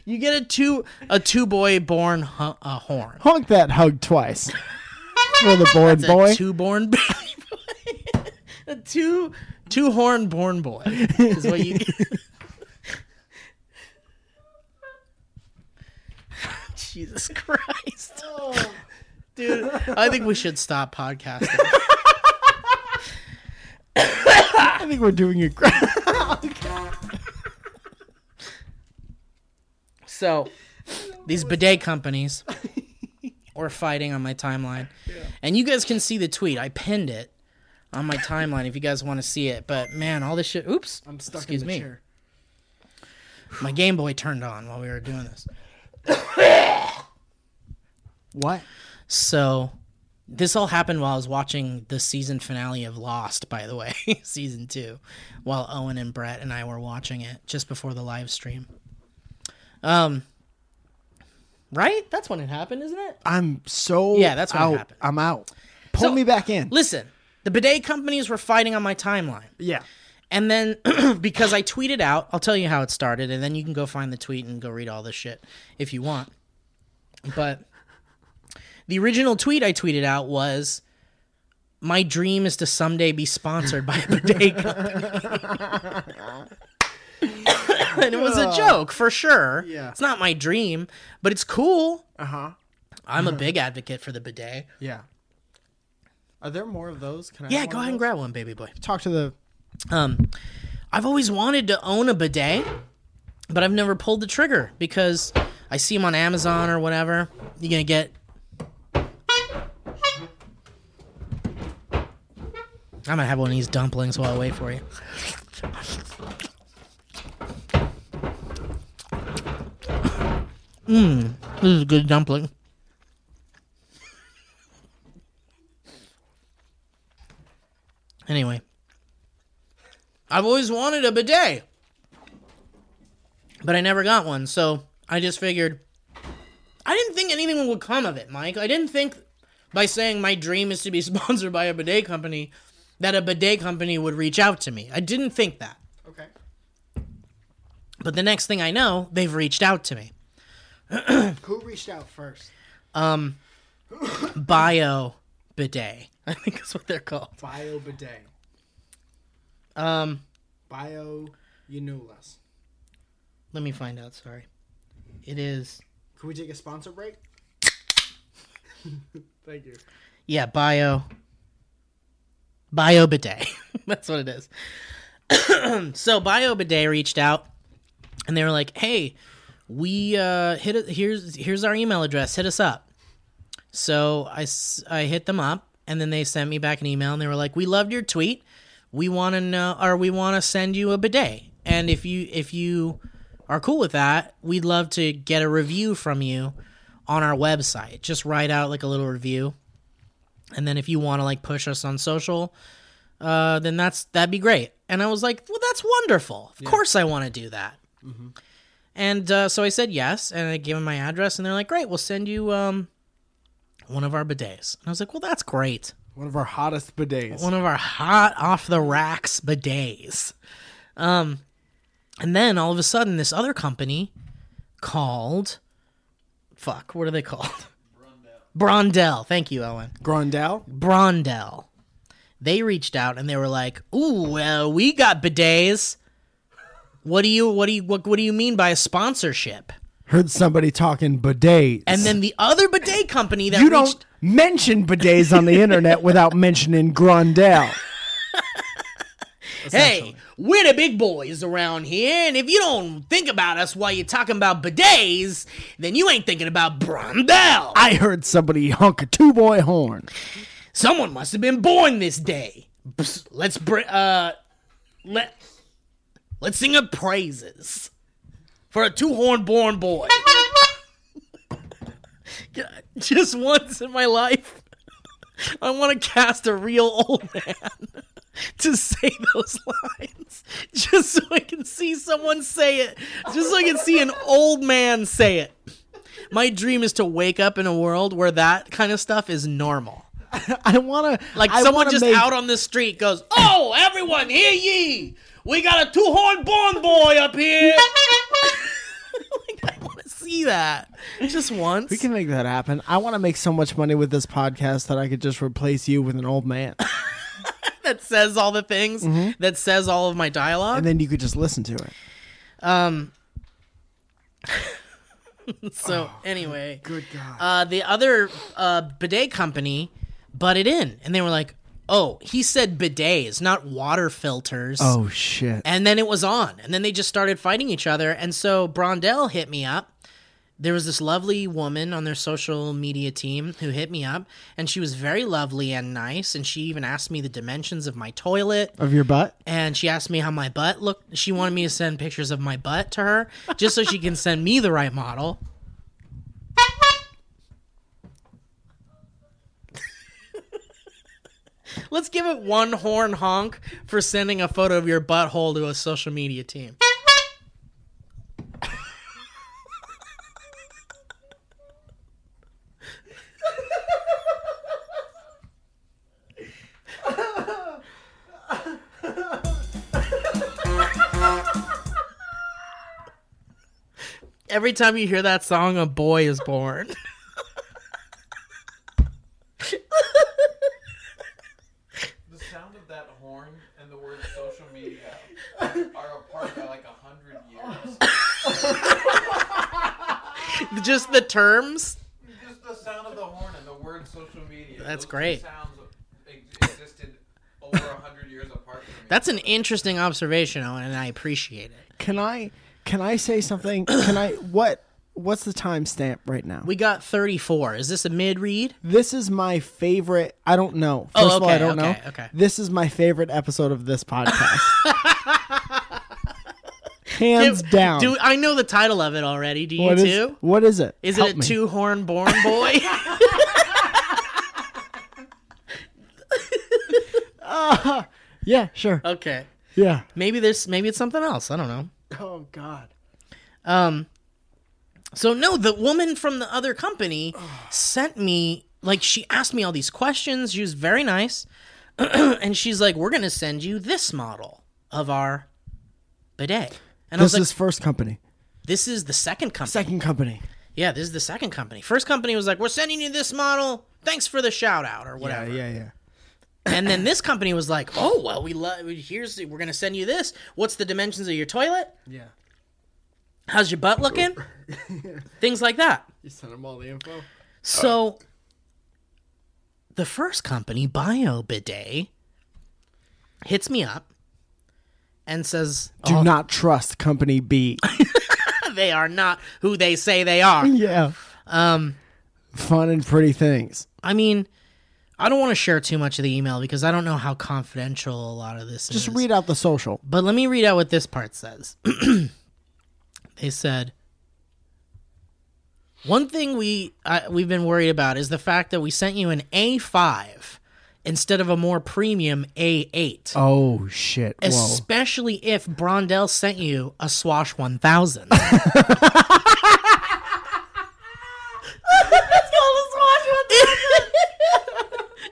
Speaker 2: you get a two a two boy born hu- a horn.
Speaker 3: Honk that hug twice for the bored boy.
Speaker 2: A two born baby boy. a two two horn born boy is what you. Jesus Christ, dude! I think we should stop podcasting.
Speaker 3: I think we're doing it. great.
Speaker 2: So these bidet companies were fighting on my timeline. And you guys can see the tweet. I pinned it on my timeline if you guys want to see it. But man, all this shit oops. I'm stuck excuse me. My Game Boy turned on while we were doing this.
Speaker 3: What?
Speaker 2: So this all happened while I was watching the season finale of Lost, by the way, season two, while Owen and Brett and I were watching it just before the live stream. Um Right? That's when it happened, isn't it?
Speaker 3: I'm so
Speaker 2: Yeah, that's what
Speaker 3: out.
Speaker 2: happened.
Speaker 3: I'm out. Pull
Speaker 2: So-
Speaker 3: me back in.
Speaker 2: Listen, the bidet companies were fighting on my timeline.
Speaker 3: yeah.
Speaker 2: And then because I tweeted out, I'll tell you how it started, and then you can go find the tweet and go read all this shit if you want. But the original tweet I tweeted out was my dream is to someday be sponsored by a bidet company. and it was a joke for sure.
Speaker 3: Yeah.
Speaker 2: It's not my dream, but it's cool.
Speaker 3: Uh huh.
Speaker 2: I'm a big advocate for the bidet.
Speaker 3: Yeah. Are there more of those? Can I
Speaker 2: Yeah, go ahead and grab one, baby boy.
Speaker 3: talk to the.
Speaker 2: Um, I've always wanted to own a bidet, but I've never pulled the trigger because I see them on Amazon or whatever. You're gonna get. I'm gonna have one of these dumplings while I wait for you. Mmm, this is a good dumpling. Anyway, I've always wanted a bidet, but I never got one. So I just figured I didn't think anything would come of it, Mike. I didn't think by saying my dream is to be sponsored by a bidet company that a bidet company would reach out to me. I didn't think that.
Speaker 3: Okay.
Speaker 2: But the next thing I know, they've reached out to me.
Speaker 3: Who reached out first?
Speaker 2: Um, Bio bidet, I think is what they're called.
Speaker 3: Bio bidet.
Speaker 2: Um,
Speaker 3: Bio Unulas.
Speaker 2: let me find out. Sorry, it is
Speaker 3: Can we take a sponsor break? Thank you.
Speaker 2: Yeah, bio. Bio bidet. That's what it is. so bio bidet reached out and they were like, "Hey, we uh hit it here's here's our email address. Hit us up." So I s- I hit them up and then they sent me back an email and they were like, "We loved your tweet. We want to know or we want to send you a bidet. And if you if you are cool with that, we'd love to get a review from you on our website. Just write out like a little review." and then if you want to like push us on social uh then that's that'd be great and i was like well that's wonderful of course i want to do that and uh, so i said yes and i gave them my address and they're like great we'll send you um one of our bidets and i was like well that's great
Speaker 3: One of our hottest bidets.
Speaker 2: one of our hot off the racks bidets. Um, and then all of a sudden, this other company called, fuck, what are they called? Brondell. Brondell. Thank you, Owen.
Speaker 3: Grondel.
Speaker 2: Brondell. They reached out and they were like, "Ooh, well, we got bidets. What do you what do you what, what do you mean by a sponsorship?"
Speaker 3: Heard somebody talking bidets.
Speaker 2: And then the other bidet company that
Speaker 3: you
Speaker 2: reached
Speaker 3: don't mention bidets on the internet without mentioning Grondel.
Speaker 2: Hey, we're the big boys around here, and if you don't think about us while you're talking about bidets, then you ain't thinking about Brondell.
Speaker 3: I heard somebody honk a two boy horn.
Speaker 2: Someone must have been born this day. Psst, Let's br- uh, let let's sing up praises for a two horn born boy. God, Just once in my life, I want to cast a real old man to say those lines, just so I can see someone say it, just so I can see an old man say it. My dream is to wake up in a world where that kind of stuff is normal.
Speaker 3: I want to
Speaker 2: Like someone just out on the street goes, "Oh, everyone, hear ye! We got a two horn born boy up here." like, I want to see that just once.
Speaker 3: We can make that happen. I want to make so much money with this podcast that I could just replace you with an old man,
Speaker 2: that says all the things that says all of my dialogue.
Speaker 3: Mm-hmm. and then you could just listen to it.
Speaker 2: So anyway,
Speaker 3: oh, Good God.
Speaker 2: Uh, the other uh, bidet company butted in, and they were like, "Oh, he said bidets, not water filters."
Speaker 3: Oh shit!
Speaker 2: And then it was on, and then they just started fighting each other. And so Brondell hit me up. There was this lovely woman on their social media team who hit me up, and she was very lovely and nice. And she even asked me the dimensions of my toilet
Speaker 3: Of your butt?
Speaker 2: and she asked me how my butt looked. She wanted me to send pictures of my butt to her just so she can send me the right model. Let's give it one horn honk for sending a photo of your butthole to a social media team. Every time you hear that song, a boy is born.
Speaker 5: The sound of that horn and the word social media are apart by like a hundred years.
Speaker 2: just the terms.
Speaker 5: Just the sound of the horn and the word social media.
Speaker 2: That's
Speaker 5: those two
Speaker 2: great.
Speaker 5: sounds ex- existed over a hundred years apart from me.
Speaker 2: That's an interesting observation, Owen, and I appreciate it.
Speaker 3: Can I? Can I say something? Can I? What? What's the timestamp right now?
Speaker 2: We got 34. Is this a mid read?
Speaker 3: This is my favorite. I don't know. First
Speaker 2: Oh,
Speaker 3: of all,
Speaker 2: okay,
Speaker 3: I don't
Speaker 2: okay,
Speaker 3: know.
Speaker 2: okay.
Speaker 3: This is my favorite episode of this podcast. Hands down.
Speaker 2: Do I know the title of it already? Do you
Speaker 3: What is-
Speaker 2: too?
Speaker 3: what is it?
Speaker 2: Is,
Speaker 3: Help
Speaker 2: it a
Speaker 3: me.
Speaker 2: two horn born boy?
Speaker 3: Yeah, sure.
Speaker 2: okay.
Speaker 3: yeah.
Speaker 2: Maybe there's maybe it's something else. I don't know.
Speaker 3: Oh God.
Speaker 2: So no, the woman from the other company sent me like she asked me all these questions. She was very nice. and she's like, "We're going to send you this model of our bidet." And I was
Speaker 3: This
Speaker 2: like,
Speaker 3: is first company.
Speaker 2: "This is the second company."
Speaker 3: Second company.
Speaker 2: Yeah, this is the second company. First company was like, "We're sending you this model. Thanks for the shout out or whatever."
Speaker 3: Yeah, yeah, yeah.
Speaker 2: And then this company was like, "Oh well, we love. Here's we're gonna send you this. What's the dimensions of your toilet?
Speaker 3: Yeah.
Speaker 2: How's your butt looking? Things like that."
Speaker 3: You sent them all the info.
Speaker 2: So, the first company, BioBidet, hits me up and says, "Oh,
Speaker 3: Do not trust company B.
Speaker 2: "They are not who they say they are."
Speaker 3: yeah.
Speaker 2: Um,
Speaker 3: Fun and pretty things.
Speaker 2: I mean, I don't want to share too much of the email because I don't know how confidential a lot of this is.
Speaker 3: Just read out the social.
Speaker 2: But let me read out what this part says. they said, "One thing we uh, we've been worried about is the fact that we sent you an A5 instead of a more premium A8,
Speaker 3: Oh shit. Whoa.
Speaker 2: especially if Brondell sent you a Swash 1000."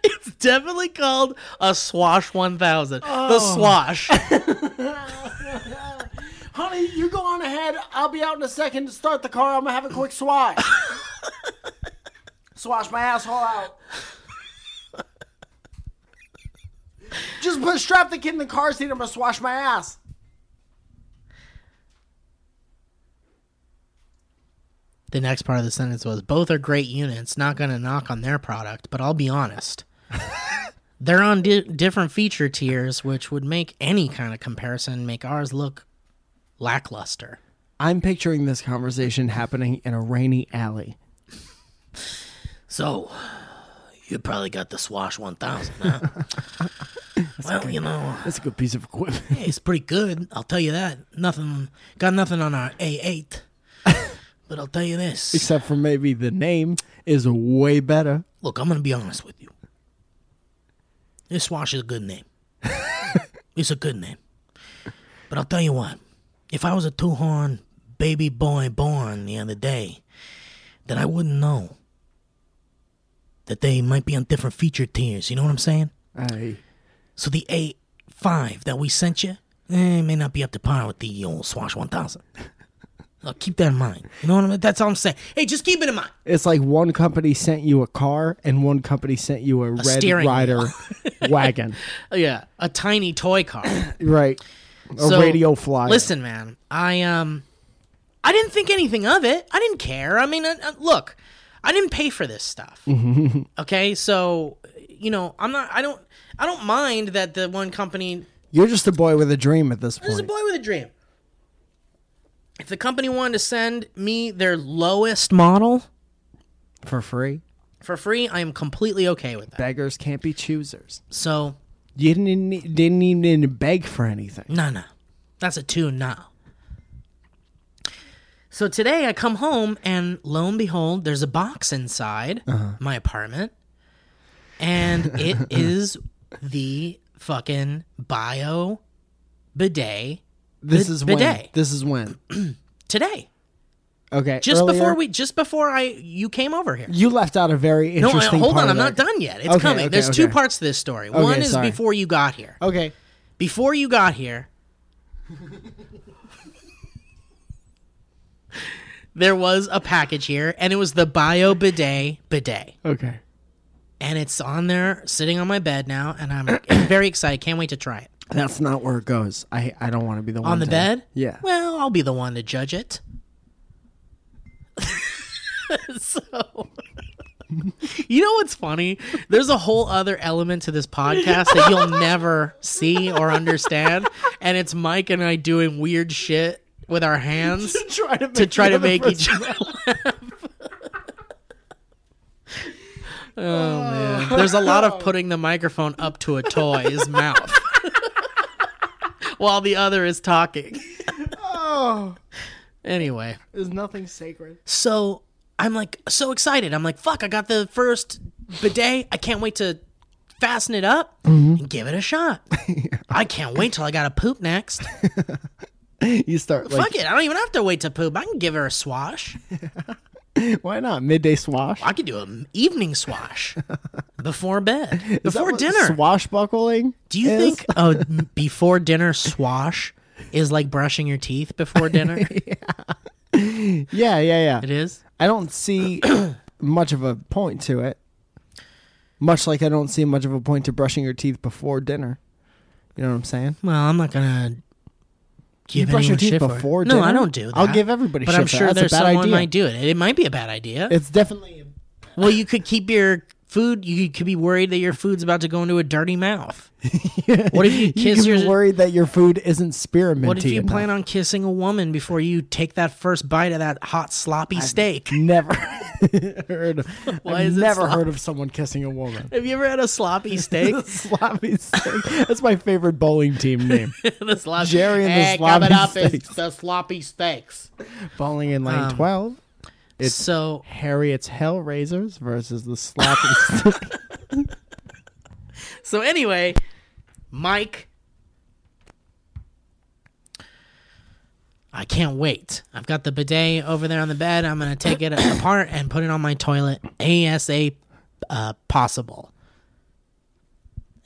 Speaker 2: It's definitely called a Swash 1000. The Swash.
Speaker 3: Honey, you go on ahead. I'll be out in a second to start the car. I'm gonna have a quick swash. swash my asshole out. Just put strap the kid in the car seat. I'm gonna swash my ass.
Speaker 2: The next part of the sentence was both are great units, not going to knock on their product, but I'll be honest. They're on di- different feature tiers, which would make any kind of comparison make ours look lackluster.
Speaker 3: I'm picturing this conversation happening in a rainy alley.
Speaker 2: So, you probably got the Swash 1000, huh? well, you know,
Speaker 3: That's a good piece of equipment.
Speaker 2: hey, it's pretty good. I'll tell you that. Nothing, got nothing on our A8. but I'll tell you this.
Speaker 3: Except for maybe the name is way better.
Speaker 2: Look, I'm gonna be honest with you. This Swash is a good name. it's a good name. But I'll tell you what, if I was a two horn baby boy born the other day, that I wouldn't know. That they might be on different feature tiers. You know what I'm saying?
Speaker 3: I,
Speaker 2: So the A5 that we sent you eh, may not be up to par with the old Swash 1000. Uh, keep that in mind. You know what I mean? That's all I'm saying. Hey, just keep it in mind.
Speaker 3: it's like one company sent you a car and one company sent you a, Red
Speaker 2: steering
Speaker 3: Rider wagon.
Speaker 2: Yeah, a tiny toy car.
Speaker 3: Right. A
Speaker 2: So,
Speaker 3: radio flyer.
Speaker 2: Listen, man, I um, I didn't think anything of it. I didn't care. I mean, uh, uh, look, I didn't pay for this stuff. okay, so you know, I'm not. I don't. I don't mind that the one company
Speaker 3: You're just a boy with a dream at this
Speaker 2: this is a
Speaker 3: point.
Speaker 2: boy with a dream. If the company wanted to send me their lowest model
Speaker 3: For free.
Speaker 2: for free, I am completely okay with that.
Speaker 3: Beggars can't be choosers.
Speaker 2: So,
Speaker 3: You didn't even need- didn't even need to beg for anything.
Speaker 2: no, no, that's a two no. So today I come home and lo and behold, there's a box inside
Speaker 3: Uh-huh.
Speaker 2: my apartment, and it is the fucking bio bidet
Speaker 3: This
Speaker 2: Bid-
Speaker 3: is when.
Speaker 2: bidet.
Speaker 3: This is when.
Speaker 2: today.
Speaker 3: Okay.
Speaker 2: Just
Speaker 3: earlier,
Speaker 2: before we, just before I you came over here.
Speaker 3: You left out a very
Speaker 2: No, I,
Speaker 3: interesting.
Speaker 2: hold
Speaker 3: part
Speaker 2: on,
Speaker 3: of
Speaker 2: I'm not
Speaker 3: that.
Speaker 2: done yet. It's
Speaker 3: Okay,
Speaker 2: coming.
Speaker 3: okay,
Speaker 2: There's two
Speaker 3: okay.
Speaker 2: parts to this story. One is
Speaker 3: sorry.
Speaker 2: before you got here.
Speaker 3: Okay.
Speaker 2: Before you got here, there was a package here, and it was the Bio Bidet bidet,
Speaker 3: Okay.
Speaker 2: and it's on there, sitting on my bed now, and I'm very excited. Can't wait to try it
Speaker 3: That's not where it goes. I I don't want to be the one
Speaker 2: on the
Speaker 3: to-
Speaker 2: bed.
Speaker 3: Yeah.
Speaker 2: Well, I'll be the one to judge it. so, you know what's funny? There's a whole other element to this podcast that you'll never see or understand, and it's Mike and I doing weird shit with our hands
Speaker 3: try to make,
Speaker 2: to try
Speaker 3: the
Speaker 2: to
Speaker 3: other
Speaker 2: make
Speaker 3: person-
Speaker 2: each other laugh. oh man, there's a
Speaker 3: Oh.
Speaker 2: lot of putting the microphone up to a toy's mouth while the other is talking.
Speaker 3: Oh,
Speaker 2: Anyway,
Speaker 3: there's nothing sacred.
Speaker 2: so I'm like so excited. I'm like, fuck, I got the first bidet. I can't wait to fasten it up
Speaker 3: Mm-hmm.
Speaker 2: and give it a shot. I can't wait till I got to poop next.
Speaker 3: You start like
Speaker 2: fuck it, I don't even have to wait to poop. I can give her a swash.
Speaker 3: why not midday swash?
Speaker 2: I could do an evening swash before bed,
Speaker 3: Is that
Speaker 2: before
Speaker 3: what
Speaker 2: dinner.
Speaker 3: Swashbuckling.
Speaker 2: Do you
Speaker 3: is?
Speaker 2: think a before dinner swash is like brushing your teeth before dinner?
Speaker 3: Yeah, yeah,
Speaker 2: It
Speaker 3: yeah.
Speaker 2: is.
Speaker 3: I don't see much of a point to it. Much like I don't see much of a point to brushing your teeth before dinner. You know what I'm saying?
Speaker 2: Well, I'm not gonna give
Speaker 3: brush your
Speaker 2: anyone
Speaker 3: teeth
Speaker 2: shit for it.
Speaker 3: before
Speaker 2: No, I
Speaker 3: dinner?
Speaker 2: don't do that.
Speaker 3: I'll give everybody
Speaker 2: But
Speaker 3: shit
Speaker 2: I'm
Speaker 3: for that.
Speaker 2: sure
Speaker 3: That's a
Speaker 2: there's
Speaker 3: bad
Speaker 2: someone
Speaker 3: idea.
Speaker 2: might do it. It might be a bad idea.
Speaker 3: It's definitely
Speaker 2: well, you could keep your food. You could be worried that your food's about to go into a dirty mouth. What if you
Speaker 3: you
Speaker 2: kiss
Speaker 3: could be
Speaker 2: your?
Speaker 3: worried that your food isn't spearmint.
Speaker 2: What if you plan on kissing a woman before you take that first bite of that hot sloppy steak?
Speaker 3: Never heard. Of,
Speaker 2: Why
Speaker 3: I've
Speaker 2: is it
Speaker 3: never
Speaker 2: sloppy?
Speaker 3: heard of someone kissing a woman.
Speaker 2: Have you ever had a sloppy steak?
Speaker 3: sloppy steak. That's my favorite bowling team name.
Speaker 2: the sloppy.
Speaker 3: Jerry and the
Speaker 2: Hey, coming
Speaker 3: sloppy
Speaker 2: up is
Speaker 3: steaks.
Speaker 2: the sloppy steaks.
Speaker 3: bowling in lane
Speaker 2: Um,
Speaker 3: twelve.
Speaker 2: so
Speaker 3: Harriet's Hellraisers versus the sloppy. steak.
Speaker 2: so anyway, Mike. I can't wait. I've got the bidet over there on the bed. I'm gonna take it apart and put it on my toilet ASA uh, possible.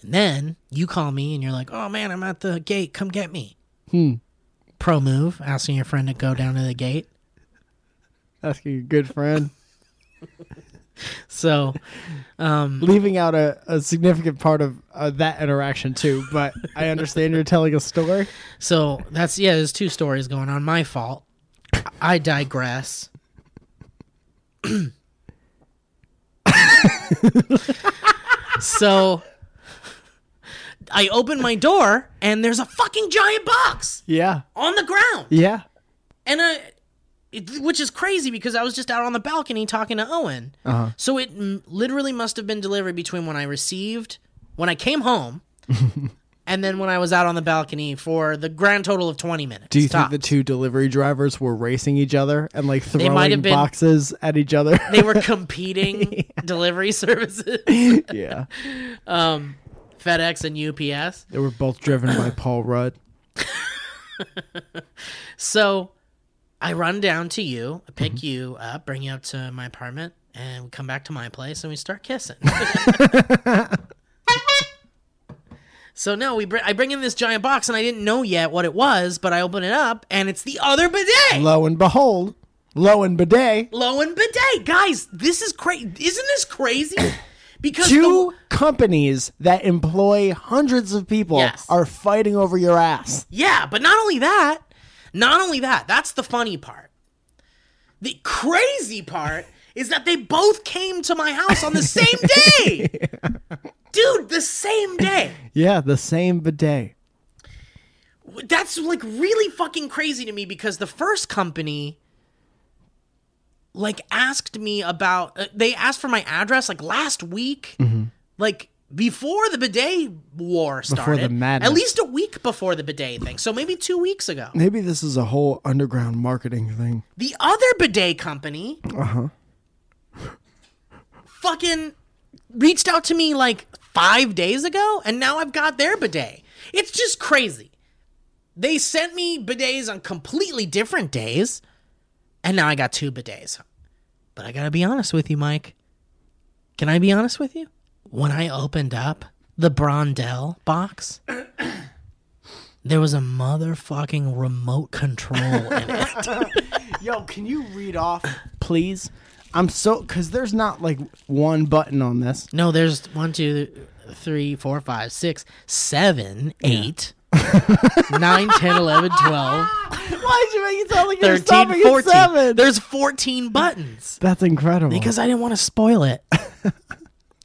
Speaker 2: And then you call me and you're like, "Oh man, I'm at the gate. Come get me." Hmm. Pro move, asking your friend to go down to the gate.
Speaker 3: Asking a good friend,
Speaker 2: So
Speaker 3: leaving out a, a significant part of uh, that interaction too. But I understand you're telling a story.
Speaker 2: So that's yeah. There's two stories going on. My fault. I digress. so I open my door and there's a fucking giant box
Speaker 3: Yeah,
Speaker 2: on the ground,
Speaker 3: yeah.
Speaker 2: and I, it, which is crazy because I was just out on the balcony talking to Owen.
Speaker 3: Uh-huh.
Speaker 2: So it m- literally must have been delivered between when I received, when I came home, and then when I was out on the balcony for the grand total of 20 minutes.
Speaker 3: Do you
Speaker 2: tops.
Speaker 3: think the two delivery drivers were racing each other and like
Speaker 2: might have
Speaker 3: throwing
Speaker 2: been-
Speaker 3: boxes at each other?
Speaker 2: they were competing delivery services?
Speaker 3: yeah,
Speaker 2: Um, FedEx and UPS.
Speaker 3: they were both driven by Paul Rudd.
Speaker 2: So I run down to you, I pick
Speaker 3: Mm-hmm.
Speaker 2: you up, bring you up to my apartment, and we come back to my place and we start kissing. so no, we br- I bring in this giant box and I didn't know yet what it was, but I open it up and it's the other bidet.
Speaker 3: Lo and behold, lo and bidet,
Speaker 2: Lo and bidet, guys, this is crazy. Isn't this crazy? Because
Speaker 3: two
Speaker 2: the-
Speaker 3: companies that employ hundreds of people
Speaker 2: Yes.
Speaker 3: are fighting over your ass.
Speaker 2: yeah, but not only that, not only that. That's the funny part. The crazy part is that they both came to my house on the same day, dude. The same day.
Speaker 3: Yeah, the same bidet.
Speaker 2: That's like really fucking crazy to me because the first company like asked me about uh, they asked for my address like last week like before the bidet war started
Speaker 3: Mm-hmm. the madness.
Speaker 2: at least a week before the bidet thing so maybe 2 weeks ago
Speaker 3: Maybe this is a whole underground marketing thing.
Speaker 2: the other bidet company fucking reached out to me like five days ago and now I've got their bidet. It's just crazy. They sent me bidets on completely different days and now I got two bidets. But I gotta be honest with you, Mike. Can I be honest with you? When I opened up the Brondell box, there was a motherfucking remote control in it.
Speaker 3: Yo, can you read off, please? I'm so because there's not like one button on this.
Speaker 2: No, there's one, two, three, four, five, six, seven, eight, nine, 10, 11, 12,
Speaker 3: Why'd you make it sound like
Speaker 2: 13, 14. There's 14 buttons
Speaker 3: That's incredible.
Speaker 2: because I didn't want to spoil it.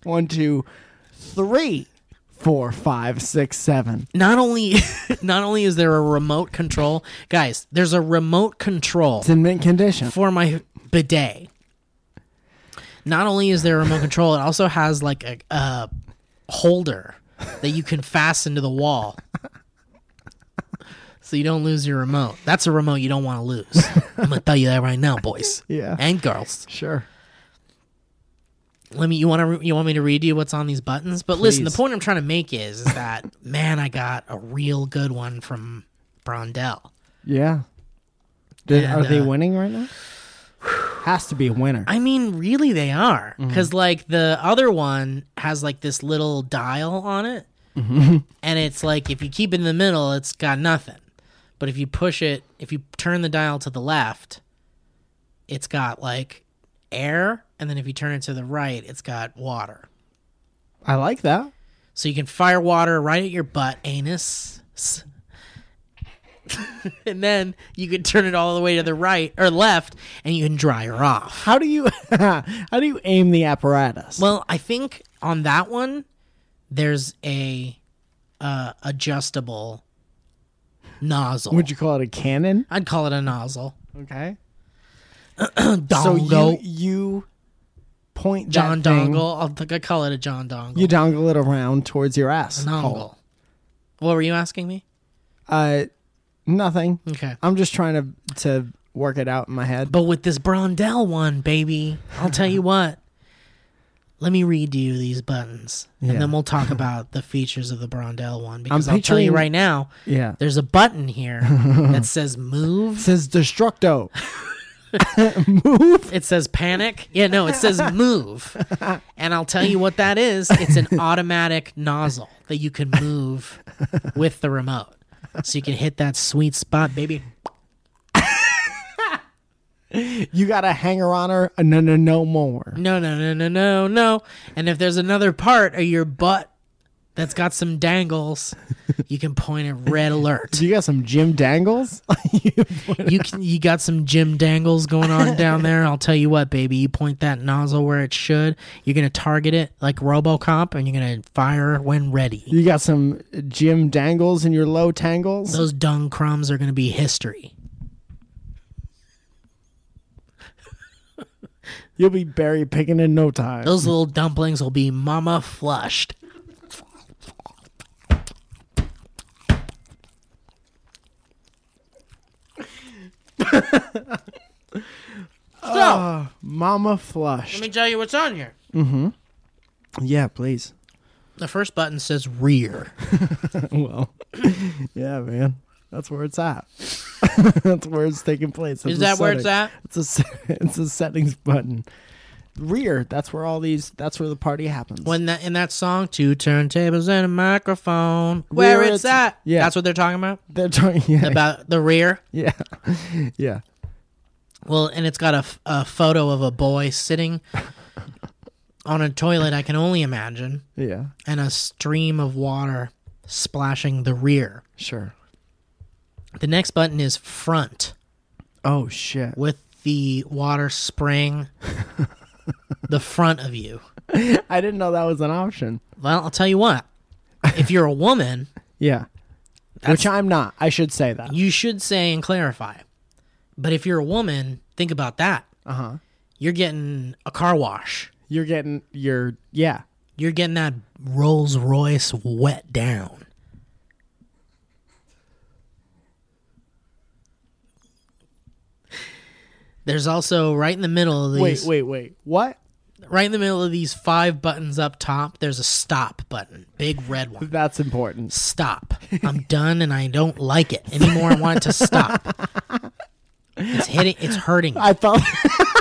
Speaker 3: one, two, three, four, five, six, seven.
Speaker 2: Not only, not only is there a remote control, guys, there's a remote control
Speaker 3: It's in mint condition.
Speaker 2: for my bidet. Not only is there a remote control, it also has like a, a holder that you can fasten to the wall. So you don't lose your remote. That's a remote you don't want to lose. I'm gonna tell you that right now, boys.
Speaker 3: Yeah.
Speaker 2: And girls.
Speaker 3: Sure.
Speaker 2: Let me you want to you want me to read you what's on these buttons? But listen, the
Speaker 3: Please.
Speaker 2: point I'm trying to make is, is that man, I got a real good one from Brondell.
Speaker 3: Yeah. Did,
Speaker 2: And,
Speaker 3: are they
Speaker 2: uh,
Speaker 3: winning right now? Has to be a winner.
Speaker 2: I mean, really, they are because like the other one has like this little dial on it, and it's like if you keep it in the middle, it's got nothing. But if you push it, if you turn the dial to the left, it's got like air, and then if you turn it to the right, it's got water.
Speaker 3: I like that.
Speaker 2: So you can fire water right at your butt anus. S- and then you can turn it all the way to the right or left and you can dry her off.
Speaker 3: How do you how do you aim the apparatus?
Speaker 2: Well, I think on that one, there's a uh, adjustable nozzle.
Speaker 3: Would you call it a cannon?
Speaker 2: I'd call it a nozzle.
Speaker 3: Okay. So
Speaker 2: Dongle.
Speaker 3: you you point
Speaker 2: John
Speaker 3: that thing-
Speaker 2: dongle. I'll think I call it a John dongle.
Speaker 3: You dongle it around towards your ass.
Speaker 2: dongle. What were you asking me?
Speaker 3: Uh, nothing.
Speaker 2: Okay.
Speaker 3: I'm just trying to to work it out in my head.
Speaker 2: But with this Brondell one, baby, I'll tell you what. Let me read you these buttons,
Speaker 3: Yeah.
Speaker 2: and then we'll talk about the features of the Brondell one. Because I'll tell
Speaker 3: picturing-
Speaker 2: you right now,
Speaker 3: yeah.
Speaker 2: there's a button here that says move.
Speaker 3: It says destructo.
Speaker 2: It says panic. Yeah, no, it says move. And I'll tell you what that is. It's an automatic nozzle that you can move with the remote. So you can hit that sweet spot, baby.
Speaker 3: You got a hanger on her. uh, No, no, no more.
Speaker 2: No, no, no, no, no, no. And if there's another part of your butt that's got some dangles, you can point at red alert.
Speaker 3: You got some Jim Dangles.
Speaker 2: You can you got some Jim dangles going on down there. I'll tell you what, baby, you point that nozzle where it should. You're going to target it like RoboCop and you're going to fire when ready.
Speaker 3: you got some Jim Dangles in your low tangles.
Speaker 2: those dung crumbs are going to be history.
Speaker 3: You'll be berry picking in no time.
Speaker 2: Those little dumplings will be mama flushed. Ah.
Speaker 3: Mama flush.
Speaker 2: Let me tell you what's on here.
Speaker 3: Yeah, please.
Speaker 2: The first button says rear.
Speaker 3: Well, yeah, man. That's where it's at. That's where it's taking place. It's
Speaker 2: Is
Speaker 3: a
Speaker 2: that where it's
Speaker 3: setting.
Speaker 2: at?
Speaker 3: It's a se- it's a settings button. Rear. That's where all these. That's where the party happens.
Speaker 2: When that in that song, two turntables and a microphone, where,
Speaker 3: Where
Speaker 2: it's,
Speaker 3: it's-
Speaker 2: at.
Speaker 3: yeah.
Speaker 2: that's what they're talking about.
Speaker 3: they're talking yeah,
Speaker 2: About the rear.
Speaker 3: yeah, yeah.
Speaker 2: Well, and it's got a, f- a photo of a boy sitting on a toilet. I can only imagine,
Speaker 3: Yeah,
Speaker 2: and a stream of water splashing the rear.
Speaker 3: sure.
Speaker 2: The next button is front
Speaker 3: Oh shit!
Speaker 2: with the water spraying the front of you.
Speaker 3: I didn't know that was an option.
Speaker 2: Well, I'll tell you what. If you're a woman,
Speaker 3: Yeah, which I'm not. I should say that.
Speaker 2: you should say and clarify. But if you're a woman, think about that.
Speaker 3: Uh huh.
Speaker 2: You're getting a car wash.
Speaker 3: You're getting your yeah.
Speaker 2: You're getting that Rolls Royce wet down. There's also right in the middle of
Speaker 3: Wait,
Speaker 2: these
Speaker 3: wait, wait. What?
Speaker 2: right in the middle of these five buttons up top, there's a stop button. Big red one.
Speaker 3: That's important.
Speaker 2: stop. I'm done and I don't like it anymore. I want it to stop. It's hitting. It's hurting.
Speaker 3: I thought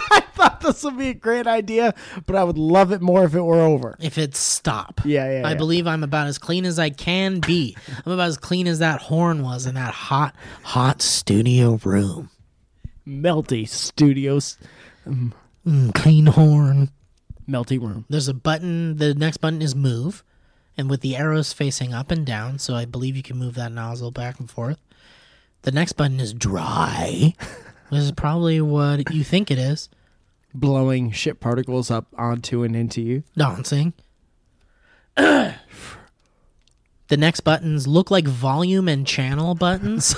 Speaker 3: I thought this would be a great idea, but I would love it more if it were over.
Speaker 2: If it's stop.
Speaker 3: Yeah, yeah,
Speaker 2: I
Speaker 3: yeah.
Speaker 2: believe I'm about as clean as I can be. I'm about as clean as that horn was in that hot, hot studio room.
Speaker 3: Melty Studios,
Speaker 2: Mm, clean horn.
Speaker 3: Melty Room.
Speaker 2: There's a button. The next button is move, and with the arrows facing up and down, so I believe you can move that nozzle back and forth. The next button is dry, which is probably what you think it is.
Speaker 3: Blowing shit particles up onto and into you.
Speaker 2: dancing. the next buttons look like volume and channel buttons,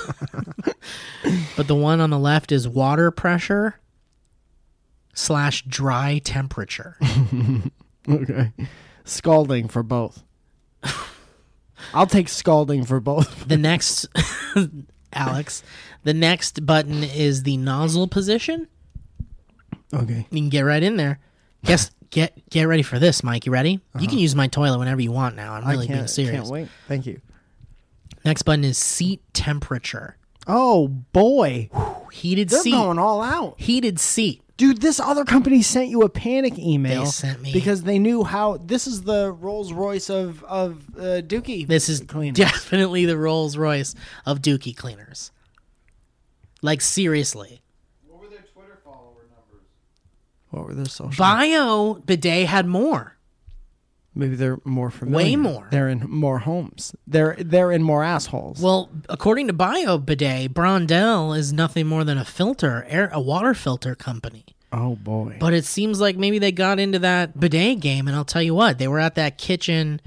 Speaker 2: but the one on the left is water pressure slash dry temperature.
Speaker 3: Okay. Scalding for both. I'll take scalding for both.
Speaker 2: The next, Alex, the next button is the nozzle position.
Speaker 3: Okay.
Speaker 2: You can get right in there. Guess get get ready for this, Mike. You ready? You can use my toilet whenever you want. Now I'm really
Speaker 3: Uh-huh. I can't,
Speaker 2: being serious.
Speaker 3: can't wait. Thank you.
Speaker 2: Next button is seat temperature.
Speaker 3: Oh boy.
Speaker 2: Heated
Speaker 3: They're
Speaker 2: seat.
Speaker 3: going all out.
Speaker 2: heated seat.
Speaker 3: Dude, this other company sent you a panic email.
Speaker 2: They sent me-
Speaker 3: because they knew how this is the Rolls Royce of of uh, Dookie.
Speaker 2: This is
Speaker 3: clean.
Speaker 2: definitely the Rolls Royce of Dookie cleaners. Like seriously,
Speaker 5: What were their Twitter follower numbers?
Speaker 3: What were their social?
Speaker 2: Bio Bidet had more.
Speaker 3: Maybe they're more familiar.
Speaker 2: Way more.
Speaker 3: They're in more homes. They're they're in more assholes.
Speaker 2: Well, according to Bio Bidet, Brondell is nothing more than a filter, air, a water filter company.
Speaker 3: oh boy.
Speaker 2: But it seems like maybe they got into that bidet game, and I'll tell you what, they were at that kitchen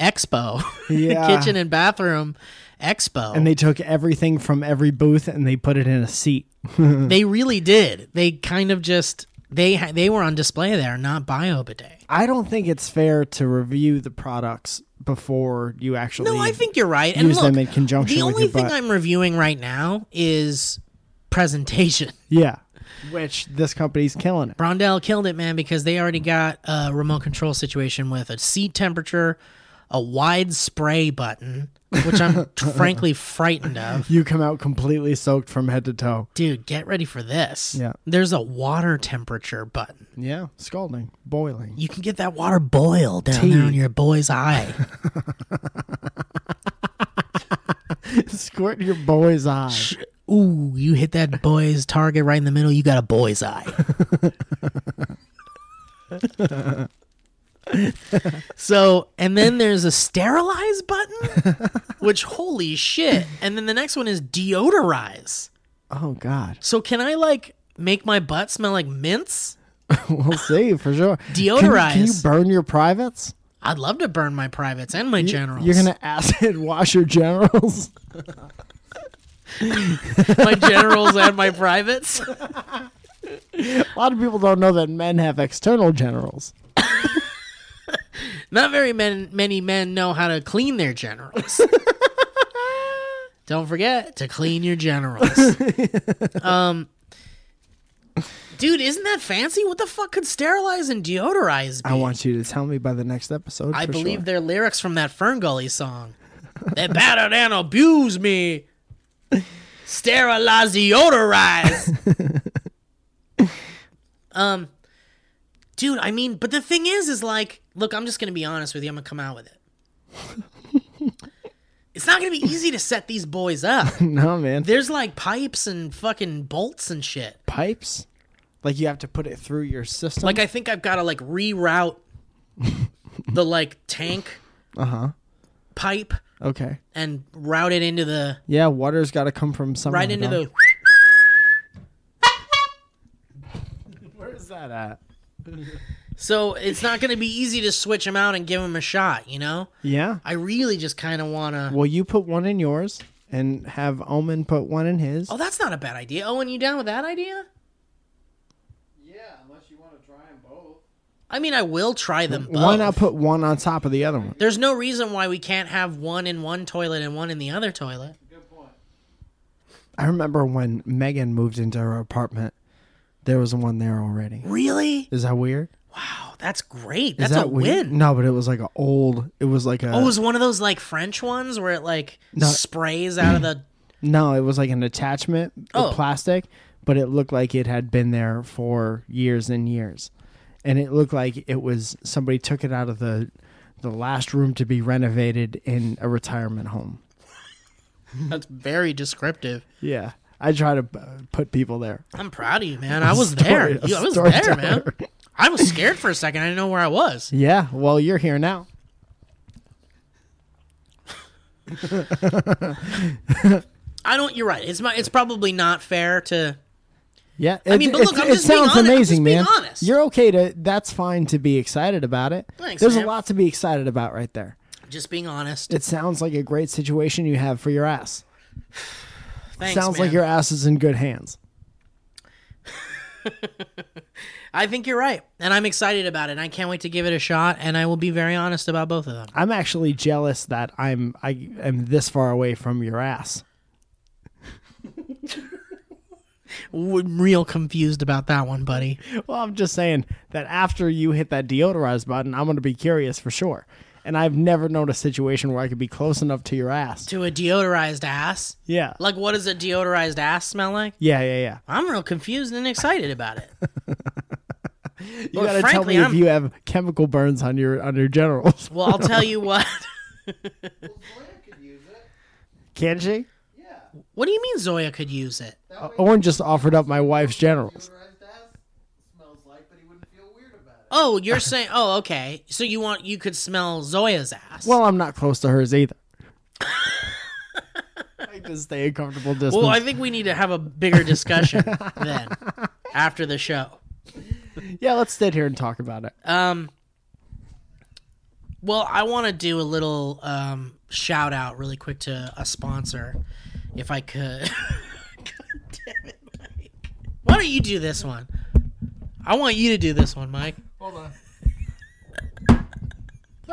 Speaker 2: expo,
Speaker 3: Yeah.
Speaker 2: kitchen and bathroom expo,
Speaker 3: and they took everything from every booth and they put it in a seat.
Speaker 2: they really did. They kind of just they ha- they were on display there, not Bio Bidet.
Speaker 3: I don't think it's fair to review the products before you actually.
Speaker 2: No, I think you're right. And
Speaker 3: use
Speaker 2: look,
Speaker 3: them in conjunction
Speaker 2: The
Speaker 3: with
Speaker 2: only
Speaker 3: your
Speaker 2: thing
Speaker 3: butt.
Speaker 2: I'm reviewing right now is presentation.
Speaker 3: Yeah, which this company's killing it.
Speaker 2: Brondell killed it, man, because they already got a remote control situation with a seat temperature, a wide spray button, which I'm frankly frightened of.
Speaker 3: You come out completely soaked from head to toe.
Speaker 2: Dude, get ready for this.
Speaker 3: Yeah.
Speaker 2: There's a water temperature button.
Speaker 3: Yeah, scalding, boiling.
Speaker 2: You can get that water boiled down there in your boy's eye.
Speaker 3: Squirt in your boy's eye.
Speaker 2: Ooh, you hit that boy's target right in the middle, you got a boy's eye. so, and then there's a sterilize button, which holy shit. And then the next one is deodorize.
Speaker 3: Oh God,
Speaker 2: So, can I like make my butt smell like mints?
Speaker 3: we'll see for sure. Can, can you
Speaker 2: Deodorize.
Speaker 3: burn your privates?
Speaker 2: I'd love to burn my privates and my generals.
Speaker 3: You're gonna acid wash your generals.
Speaker 2: my generals and my privates.
Speaker 3: A lot of people don't know that men have external generals.
Speaker 2: Not very men, many men know how to clean their generals. Don't forget to clean your generals. um, dude, isn't that fancy? What the fuck could sterilize and deodorize be?
Speaker 3: I want you to tell me by the next episode.
Speaker 2: I
Speaker 3: for
Speaker 2: believe
Speaker 3: sure.
Speaker 2: they're lyrics from that Ferngully song. they battered and abused me. Sterilize deodorize. um, dude, I mean, but the thing is, is like, look, I'm just gonna be honest with you. I'm gonna come out with it. it's not gonna be easy to set these boys up.
Speaker 3: No, man.
Speaker 2: There's like pipes and fucking bolts and shit.
Speaker 3: Pipes? Like you have to put it through your system?
Speaker 2: Like I think I've got to like reroute the like tank
Speaker 3: Uh-huh.
Speaker 2: pipe
Speaker 3: Okay.
Speaker 2: and route it into the
Speaker 3: Yeah, water's got to come from somewhere.
Speaker 2: right into
Speaker 3: dog.
Speaker 2: the
Speaker 3: Where's that at?
Speaker 2: so it's not going to be easy to switch them out and give them a shot, you know?
Speaker 3: Yeah.
Speaker 2: I really just kind of want to
Speaker 3: Well, you put one in yours and have Omen put one in his.
Speaker 2: Oh, that's not a bad idea. Owen, you down with that idea?
Speaker 5: Yeah, unless you want to try them both.
Speaker 2: I mean, I will try them both.
Speaker 3: Why not put one on top of the other one?
Speaker 2: There's no reason why we can't have one in one toilet and one in the other toilet.
Speaker 5: Good point.
Speaker 3: I remember when Megan moved into her apartment, there was one there already.
Speaker 2: Really?
Speaker 3: Is that weird?
Speaker 2: Wow, that's great.
Speaker 3: Is
Speaker 2: That's
Speaker 3: that
Speaker 2: a
Speaker 3: weird?
Speaker 2: win.
Speaker 3: No, but it was like an old. It was like a.
Speaker 2: Oh, it was one of those like French ones where it like
Speaker 3: No.
Speaker 2: sprays out of the
Speaker 3: no, it was like an attachment,
Speaker 2: Oh.
Speaker 3: of plastic, but it looked like it had been there for years and years, and it looked like it was somebody took it out of the the last room to be renovated in a retirement home.
Speaker 2: That's very descriptive.
Speaker 3: Yeah, I try to uh, put people there.
Speaker 2: I'm proud of you, man. I was
Speaker 3: Story-
Speaker 2: there.
Speaker 3: a
Speaker 2: You- I was there, man.
Speaker 3: storyteller.
Speaker 2: I was scared for a second. I didn't know where I was.
Speaker 3: Yeah, well, you're here now.
Speaker 2: I don't. You're right. It's my. It's probably not fair to.
Speaker 3: Yeah, it,
Speaker 2: mean, but
Speaker 3: it-
Speaker 2: look, I'm
Speaker 3: it
Speaker 2: just being
Speaker 3: sounds
Speaker 2: honest- I'm just
Speaker 3: amazing,
Speaker 2: being
Speaker 3: man.
Speaker 2: honest.
Speaker 3: You're okay to. That's fine to be excited about it.
Speaker 2: Thanks,
Speaker 3: There's
Speaker 2: man.
Speaker 3: a lot to be excited about right there.
Speaker 2: Just being honest.
Speaker 3: It sounds like a great situation you have for your ass.
Speaker 2: Thanks,
Speaker 3: sounds
Speaker 2: man.
Speaker 3: like your ass is in good hands.
Speaker 2: I think you're right, and I'm excited about it. And I can't wait to give it a shot. And I will be very honest about both of them.
Speaker 3: I'm actually jealous that I'm I am this far away from your ass.
Speaker 2: W- Real confused about that one, buddy.
Speaker 3: Well, I'm just saying that after you hit that deodorize button, I'm going to be curious for sure. And I've never known a situation where I could be close enough to your ass.
Speaker 2: To a deodorized ass.
Speaker 3: Yeah.
Speaker 2: Like, what does a deodorized ass smell like?
Speaker 3: Yeah, yeah, yeah.
Speaker 2: I'm real confused and excited about it.
Speaker 3: You
Speaker 2: Well,
Speaker 3: gotta tell
Speaker 2: frankly,
Speaker 3: me
Speaker 2: I'm-
Speaker 3: if you have chemical burns on your on your generals.
Speaker 2: Well, I'll tell you what.
Speaker 5: Blair could use it.
Speaker 3: Can she?
Speaker 5: Yeah.
Speaker 2: What do you mean Zoya could use it?
Speaker 3: O- Owen just offered up my wife's generals.
Speaker 5: Deodorized ass smells like, but he wouldn't feel weird about it.
Speaker 2: Oh, you're saying? Oh, okay. So you want you could smell Zoya's ass?
Speaker 3: Well, I'm not close to hers either. I just stay a comfortable distance.
Speaker 2: Well, I think we need to have a bigger discussion then after the show.
Speaker 3: yeah, let's sit here and talk about it.
Speaker 2: Um, well, I want to do a little um, shout out really quick to a sponsor, if I could. God damn it, Mike! Why don't you do this one? I want you to do this one, Mike.
Speaker 5: Hold on.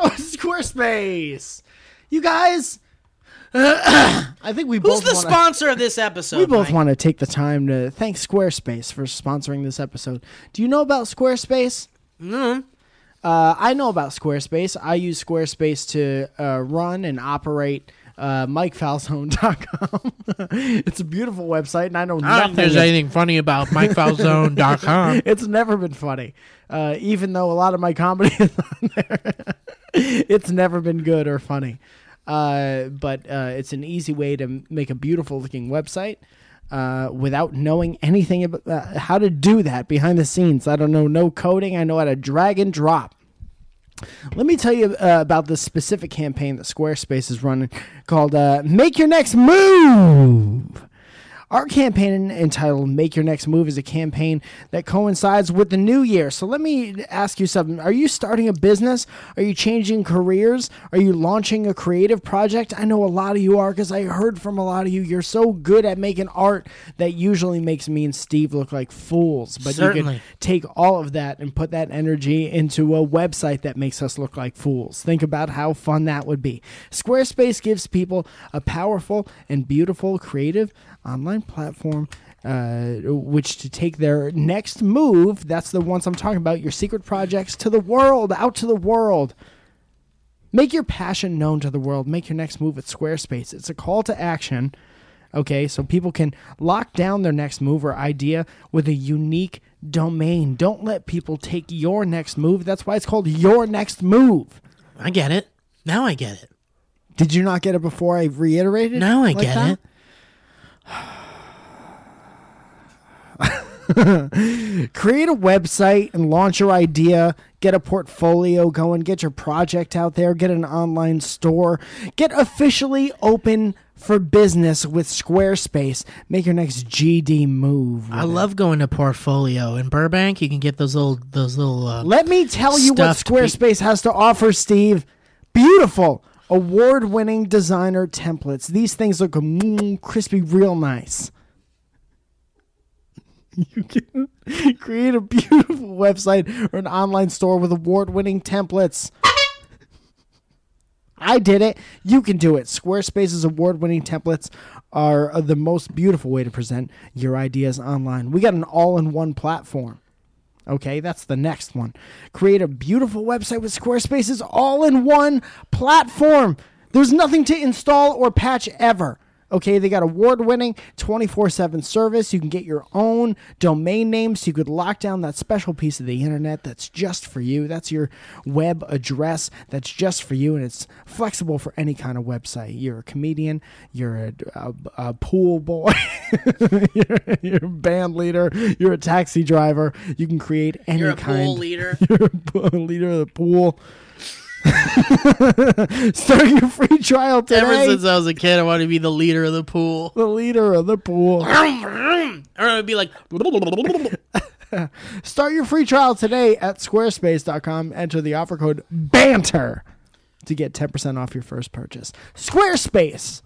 Speaker 3: Oh, Squarespace! You guys, I think we
Speaker 2: Who's
Speaker 3: both.
Speaker 2: the
Speaker 3: wanna-
Speaker 2: sponsor of this episode?
Speaker 3: We both
Speaker 2: Mike?
Speaker 3: want to take the time to thank Squarespace for sponsoring this episode. Do you know about Squarespace?
Speaker 2: Mm.
Speaker 3: Uh, I know about Squarespace. I use Squarespace to uh, run and operate uh, MikeFalzone.com. it's a beautiful website, and I
Speaker 2: I
Speaker 3: know
Speaker 2: don't think
Speaker 3: nothing.
Speaker 2: there's anything funny about MikeFalzone.com.
Speaker 3: it's never been funny, uh, even though a lot of my comedy is on there. it's never been good or funny. Uh, but uh, it's an easy way to m- make a beautiful looking website uh, without knowing anything about uh, how to do that behind the scenes. I don't know no coding. I know how to drag and drop. Let me tell you uh, about this specific campaign that Squarespace is running called uh, Make Your Next Move. Our campaign entitled Make Your Next Move is a campaign that coincides with the new year. So let me ask you something. Are you starting a business? Are you changing careers? Are you launching a creative project? I know a lot of you are because I heard from a lot of you. You're so good at making art that usually makes me and Steve look like fools. But you
Speaker 2: Certainly.
Speaker 3: could take all of that and put that energy into a website that makes us look like fools. Think about how fun that would be. Squarespace gives people a powerful and beautiful creative online platform. Uh, which to take their next move, that's the ones I'm talking about, your secret projects to the world, out to the world. Make your passion known to the world. Make your next move at Squarespace. It's a call to action Okay, so people can lock down their next move or idea with a unique domain. Don't let people take your next move. That's why it's called your next move.
Speaker 2: I get it. Now I get it.
Speaker 3: Did you not get it before I reiterated?
Speaker 2: Now I
Speaker 3: like
Speaker 2: get
Speaker 3: that?
Speaker 2: it.
Speaker 3: create a website and launch your idea get a portfolio going get your project out there get an online store get officially open for business with squarespace make your next gd move
Speaker 2: I love going to Portfolio in Burbank. You can get those little those little uh,
Speaker 3: let me tell you what
Speaker 2: Stuffed pe-
Speaker 3: squarespace has to offer steve beautiful award-winning designer templates these things look mm, crispy real nice you can create a beautiful website or an online store with award-winning templates I did it. You can do it. Squarespace's award winning templates are uh, the most beautiful way to present your ideas online. We got an all in one platform. Okay, that's the next one. Create a beautiful website with Squarespace's all in one platform. There's nothing to install or patch ever. Okay, they got award winning 24 7 service. You can get your own domain name so you could lock down that special piece of the internet that's just for you. That's your web address that's just for you, and it's flexible for any kind of website. You're a comedian, you're a, a, a pool boy, you're, you're a band leader, you're a taxi driver. You can create any
Speaker 2: You're a
Speaker 3: kind
Speaker 2: pool leader.
Speaker 3: you're a leader of the pool. Start your free trial today.
Speaker 2: Ever since I was a kid, I wanted to be the leader of the pool.
Speaker 3: the leader of the pool.
Speaker 2: Or I'd be like,
Speaker 3: Start your free trial today at squarespace.com. Enter the offer code BANTER to get 10% off your first purchase. Squarespace.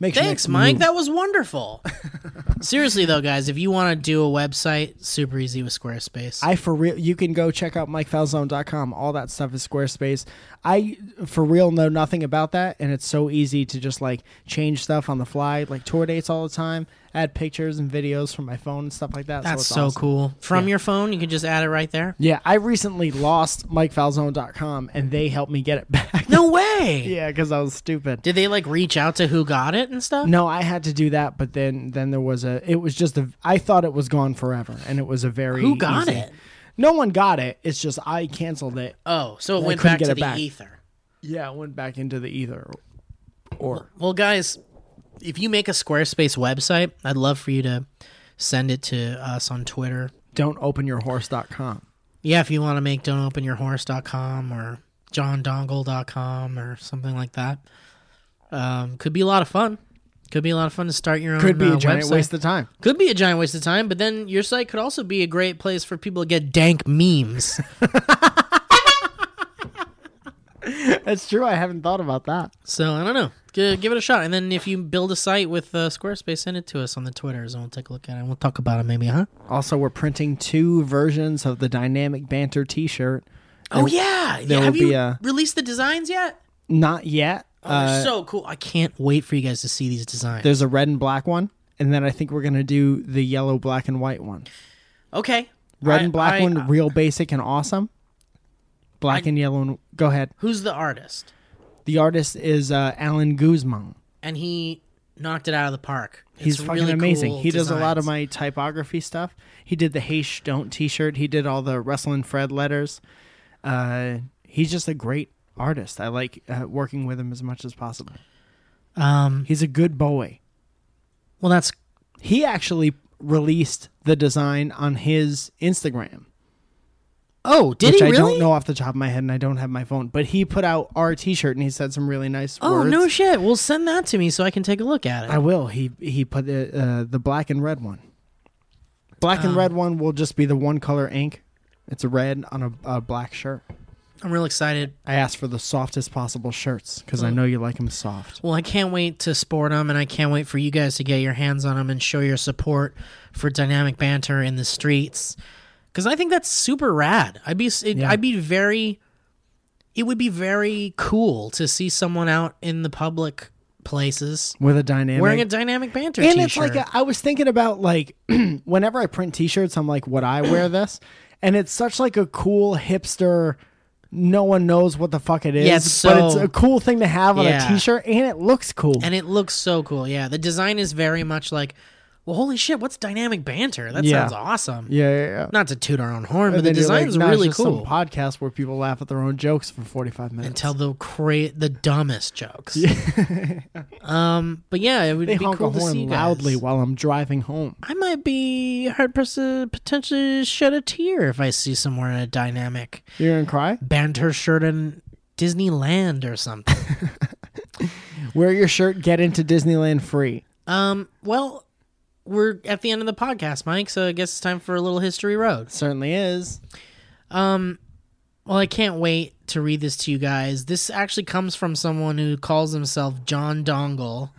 Speaker 3: Make your
Speaker 2: thanks,
Speaker 3: next
Speaker 2: Mike.
Speaker 3: move-
Speaker 2: That was wonderful. Seriously, though, guys, if you want to do a website, super easy with Squarespace.
Speaker 3: I for real, you can go check out MikeFalzone.com. All that stuff is Squarespace. I for real know nothing about that, and it's so easy to just like change stuff on the fly, like tour dates all the time, add pictures and videos from my phone and stuff like that.
Speaker 2: That's
Speaker 3: it's
Speaker 2: so
Speaker 3: awesome.
Speaker 2: cool. From your phone, you can just add it right there.
Speaker 3: Yeah, I recently lost MikeFalzone.com, and they helped me get it back.
Speaker 2: No way.
Speaker 3: yeah, because I was stupid.
Speaker 2: Did they like reach out to who got it and stuff?
Speaker 3: No, I had to do that, but then then there was a. It was just a. I thought it was gone forever, and it was a very.
Speaker 2: Who got
Speaker 3: easy-
Speaker 2: it?
Speaker 3: No one got it. It's just I canceled it.
Speaker 2: Oh, so it
Speaker 3: They
Speaker 2: went
Speaker 3: couldn't
Speaker 2: back
Speaker 3: get
Speaker 2: to
Speaker 3: it
Speaker 2: the
Speaker 3: back.
Speaker 2: ether.
Speaker 3: Yeah, it went back into the ether. Or
Speaker 2: Well, guys, if you make a Squarespace website, I'd love for you to send it to us on Twitter.
Speaker 3: don't open your horse.com.
Speaker 2: Yeah, if you want to make don'topenyourhorse.com or johndongle.com or something like that. Um, could be a lot of fun. Could be a lot of fun to start your own
Speaker 3: Could be
Speaker 2: uh,
Speaker 3: a giant
Speaker 2: website.
Speaker 3: waste of time.
Speaker 2: could be a giant waste of time, but then your site could also be a great place for people to get dank memes.
Speaker 3: That's true. I haven't thought about that.
Speaker 2: so I don't know. G- give it a shot. And then if you build a site with uh, Squarespace, send it to us on the Twitters and we'll take a look at it and we'll talk about it maybe, huh?
Speaker 3: Also, we're printing two versions of the dynamic banter T-shirt.
Speaker 2: Oh, yeah. yeah.
Speaker 3: will
Speaker 2: Have
Speaker 3: be
Speaker 2: you
Speaker 3: a-
Speaker 2: released the designs yet?
Speaker 3: Not yet.
Speaker 2: They're
Speaker 3: uh,
Speaker 2: so cool. I can't wait for you guys to see these designs.
Speaker 3: there's a red and black one, and then I think we're gonna do the yellow, black, and white one.
Speaker 2: Okay.
Speaker 3: Red
Speaker 2: I-
Speaker 3: and black
Speaker 2: I-
Speaker 3: one, real basic and awesome. Black and yellow. And, go ahead.
Speaker 2: Who's the artist?
Speaker 3: The artist is uh, Alan Guzman.
Speaker 2: And he knocked it out of the park. It's
Speaker 3: He's fucking
Speaker 2: really
Speaker 3: amazing.
Speaker 2: cool
Speaker 3: he does a lot of
Speaker 2: designs.
Speaker 3: my typography stuff. He did the Hey Sh Don't T-shirt. He did all the Wrestling Fred letters. Uh, he's just a great artist. I like uh, working with him as much as possible.
Speaker 2: Um,
Speaker 3: He's a good boy.
Speaker 2: well, that's
Speaker 3: He actually released the design on his Instagram.
Speaker 2: oh, did
Speaker 3: which
Speaker 2: he
Speaker 3: I
Speaker 2: really?
Speaker 3: don't know off the top of my head, and I don't have my phone. But he put out our T-shirt, and he said some really nice
Speaker 2: Oh
Speaker 3: words.
Speaker 2: no shit! Well, send that to me so I can take a look at it.
Speaker 3: I will. He he put the uh, the black and red one. Black and
Speaker 2: Oh.
Speaker 3: red one will just be the one color ink. It's a red on a, a black shirt.
Speaker 2: I'm real excited.
Speaker 3: I asked for the softest possible shirts because I
Speaker 2: Oh.
Speaker 3: know you like them soft.
Speaker 2: Well, I can't wait to sport them, and I can't wait for you guys to get your hands on them and show your support for dynamic banter in the streets. Because I think that's super rad. I'd be, it,
Speaker 3: Yeah.
Speaker 2: I'd be very, it would be very cool to see someone out in the public places
Speaker 3: With a dynamic.
Speaker 2: wearing a dynamic banter
Speaker 3: and
Speaker 2: t-shirt.
Speaker 3: it's like a, I was thinking about like whenever I print T-shirts, I'm like, would I wear this? And it's such like a cool hipster No one knows what the fuck it is.
Speaker 2: Yeah, it's
Speaker 3: but it's
Speaker 2: so-
Speaker 3: a cool thing to have on
Speaker 2: Yeah.
Speaker 3: a t-shirt, and it looks cool.
Speaker 2: and it looks so cool. Yeah, the design is very much like, well, holy shit, what's dynamic banter? That
Speaker 3: Yeah.
Speaker 2: sounds awesome.
Speaker 3: yeah, yeah, yeah.
Speaker 2: Not to toot our own horn, but
Speaker 3: And
Speaker 2: the
Speaker 3: then you're like,
Speaker 2: design's
Speaker 3: "Nah, it's
Speaker 2: really
Speaker 3: just some
Speaker 2: cool.
Speaker 3: podcast where people laugh at their own jokes for 45 minutes.
Speaker 2: and tell the cra- the dumbest jokes. um, but yeah, it would
Speaker 3: they
Speaker 2: be
Speaker 3: honk
Speaker 2: cool
Speaker 3: a
Speaker 2: to see
Speaker 3: horn
Speaker 2: you
Speaker 3: loudly
Speaker 2: guys.
Speaker 3: while I'm driving home.
Speaker 2: I might be hard pressed to potentially shed a tear if I see someone in a dynamic
Speaker 3: You're gonna cry?
Speaker 2: banter shirt in Disneyland or something.
Speaker 3: Wear your shirt, get into Disneyland free.
Speaker 2: um, well, we're at the end of the podcast, Mike, so I guess it's time for a little history road.
Speaker 3: Certainly is.
Speaker 2: Well, I can't wait to read this to you guys. This actually comes from someone who calls himself John Dongle.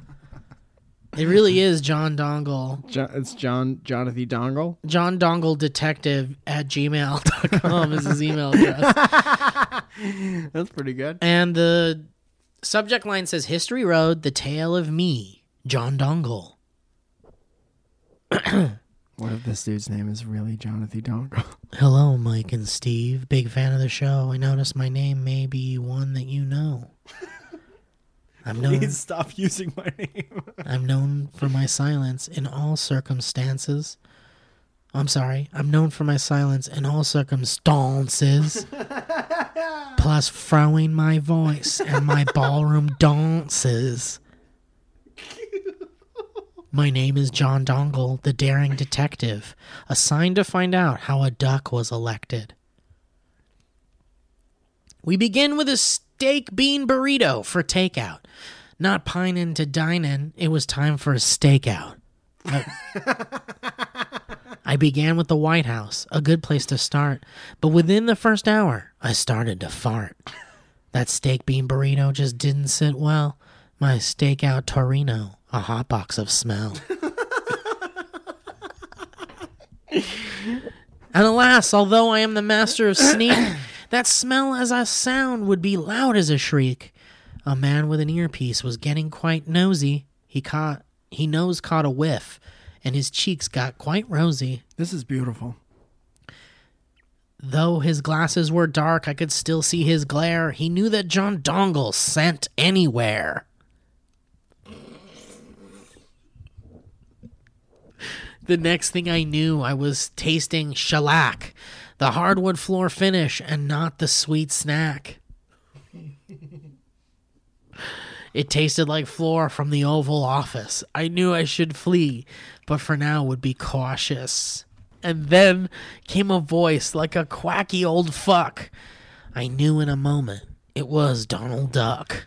Speaker 2: It really is John Dongle.
Speaker 3: Jo- it's John Jonathan Dongle.
Speaker 2: John Dongle Detective at gmail.com is his email address.
Speaker 3: That's pretty good.
Speaker 2: And the subject line says History Road, the tale of me, John Dongle.
Speaker 3: What if this dude's name is really Jonathan Dongle?
Speaker 2: Hello, Mike and Steve. Big fan of the show. I notice my name may be one that you know. I'm known,
Speaker 3: stop using my name.
Speaker 2: I'm known for my silence in all circumstances. I'm sorry. I'm known for my silence in all circumstances. plus throwing my voice and my ballroom dances. My name is John Dongle, the daring detective, assigned to find out how a duck was elected. We begin with a steak bean burrito for takeout. Not pining to dining, it was time for a stakeout. I began with the White House, a good place to start, but within the first hour, I started to fart. That steak bean burrito just didn't sit well. My stakeout Torino, a hot box of smell. and alas, although I am the master of sneak, that smell as a sound would be loud as a shriek. A man with an earpiece was getting quite nosy. He caught he nose caught a whiff, and his cheeks got quite rosy.
Speaker 3: This is beautiful.
Speaker 2: Though his glasses were dark, I could still see his glare. He knew that John Dongle sent anywhere. The next thing I knew, I was tasting shellac, the hardwood floor finish, and not the sweet snack. It tasted like floor from the Oval Office. I knew I should flee, but for now would be cautious. And then came a voice like a quacky old fuck. I knew in a moment it was Donald Duck.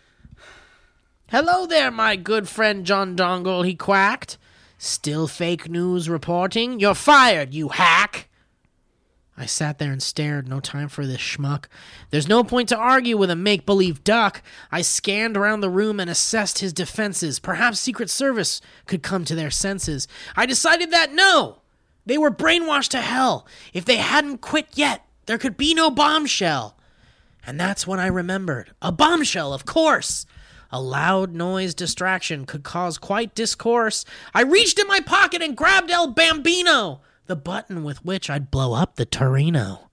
Speaker 2: Hello there, my good friend John Dongle, he quacked. Still fake news reporting? You're fired, you hack! I sat there and stared, no time for this schmuck. There's no point to argue with a make believe duck. I scanned around the room and assessed his defenses. Perhaps Secret Service could come to their senses. I decided that no! They were brainwashed to hell. If they hadn't quit yet, there could be no bombshell. And that's when I remembered. A bombshell, of course! A loud noise distraction could cause quite discourse. I reached in my pocket and grabbed El Bambino, the button with which I'd blow up the Torino.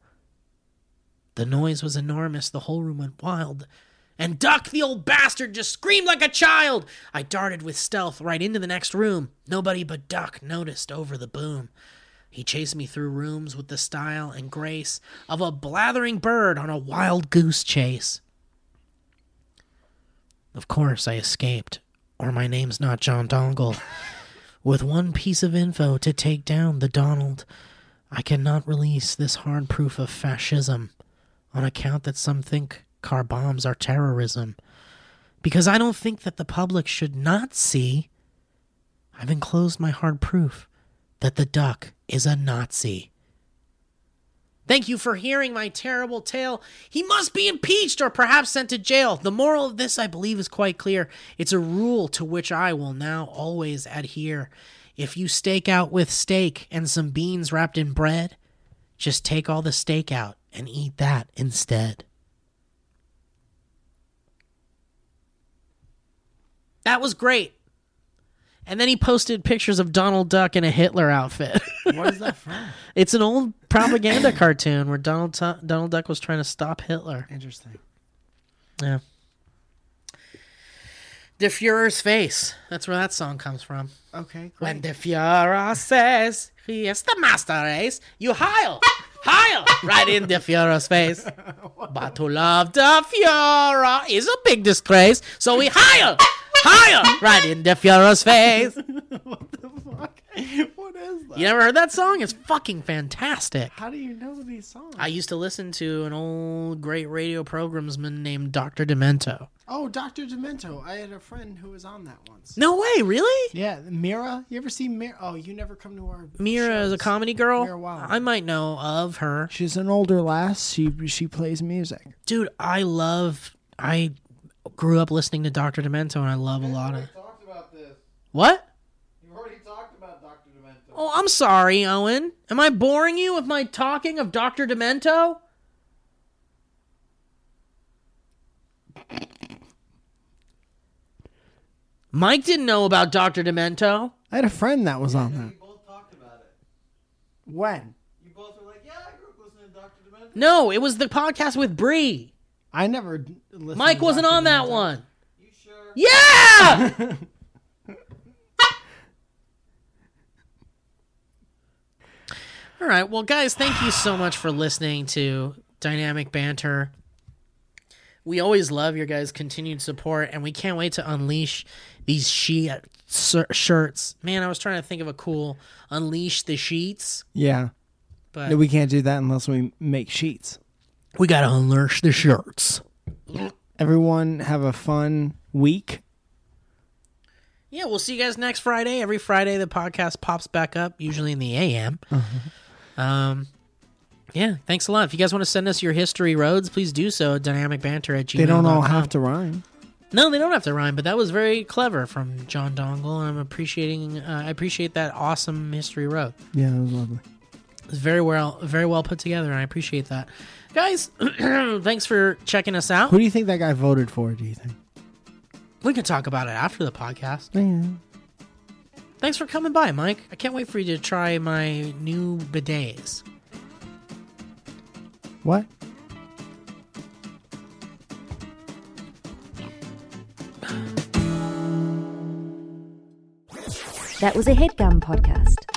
Speaker 2: The noise was enormous, the whole room went wild. And Duck, the old bastard, just screamed like a child. I darted with stealth right into the next room. Nobody but Duck noticed over the boom. He chased me through rooms with the style and grace of a blathering bird on a wild goose chase. Of course, I escaped, or my name's not John Dongle. With one piece of info to take down the Donald, I cannot release this hard proof of fascism on account that some think car bombs are terrorism. Because I don't think that the public should not see, I've enclosed my hard proof that the duck is a Nazi. Thank you for hearing my terrible tale. He must be impeached or perhaps sent to jail. The moral of this, I believe, is quite clear. It's a rule to which I will now always adhere. If you stake out with steak and some beans wrapped in bread, just take all the steak out and eat that instead. That was great. And then he posted pictures of Donald Duck in a Hitler outfit.
Speaker 3: What is that from?
Speaker 2: it's an old propaganda cartoon where Donald Tu- Donald Duck was trying to stop Hitler.
Speaker 3: Interesting.
Speaker 2: Yeah. The Fuhrer's face. That's where that song comes from.
Speaker 3: Okay,
Speaker 2: When
Speaker 3: great.
Speaker 2: the Fuhrer says he is the master race, you heil, heil, right in the Fuhrer's face. But to love the Fuhrer is a big disgrace, so we heil, heil, right in the Fuhrer's face.
Speaker 3: what is that?
Speaker 2: You never heard that song? It's fucking fantastic.
Speaker 3: How do you know these songs?
Speaker 2: I used to listen to an old great radio programsman named Dr. Demento.
Speaker 3: oh, Doctor Demento. I had a friend who was on that once.
Speaker 2: No way, really?
Speaker 3: Yeah, Mira. You ever seen Mira? Oh, you never come to our.
Speaker 2: Mira is a
Speaker 3: shows.
Speaker 2: comedy girl.
Speaker 3: Mira Wallace.
Speaker 2: I might know of her.
Speaker 3: She's an older lass. She she plays music.
Speaker 2: Dude, I love I grew up listening to Dr. Demento and I love a lot of
Speaker 5: We talked about this.
Speaker 2: What?
Speaker 5: You already talked about Dr. Demento.
Speaker 2: Oh, I'm sorry, Owen. Am I boring you with my talking of Dr. Demento? Mike didn't know about Dr. Demento.
Speaker 3: I had a friend that was on that.
Speaker 5: We both talked about it.
Speaker 3: When?
Speaker 5: You both were like, yeah, I grew up listening to Dr. Demento.
Speaker 2: No, it was the podcast with Bree.
Speaker 3: I never. d- listened
Speaker 2: Mike
Speaker 3: to
Speaker 2: wasn't
Speaker 3: Dr.
Speaker 2: on that
Speaker 3: Demento.
Speaker 2: one.
Speaker 5: You sure?
Speaker 2: Yeah! All right. Well, guys, thank you so much for listening to Dynamic Banter. We always love your guys' continued support, and we can't wait to unleash these she sir- shirts. Man, I was trying to think of a cool unleash the sheets,
Speaker 3: Yeah.
Speaker 2: but
Speaker 3: No, we can't do that unless we make sheets.
Speaker 2: we gotta unleash the shirts.
Speaker 3: Everyone have a fun week.
Speaker 2: Yeah, we'll see you guys next Friday. Every Friday, the podcast pops back up, usually in the AM.
Speaker 3: Mm-hmm.
Speaker 2: Um, yeah, thanks a lot. If you guys want to send us your history roads, please do so at dynamicbanter at gmail.
Speaker 3: They don't all have to rhyme.
Speaker 2: No, they don't have to rhyme, but that was very clever from John Dongle. and I'm appreciating. Uh, I appreciate that awesome history road.
Speaker 3: Yeah, that was lovely.
Speaker 2: It's very well, very well put together, and I appreciate that, guys. thanks for checking us out.
Speaker 3: Who do you think that guy voted for? Do you think?
Speaker 2: We can talk about it after the podcast.
Speaker 3: Yeah.
Speaker 2: Thanks for coming by, Mike. I can't wait for you to try my new bidets.
Speaker 3: What?
Speaker 1: That was a headgum podcast.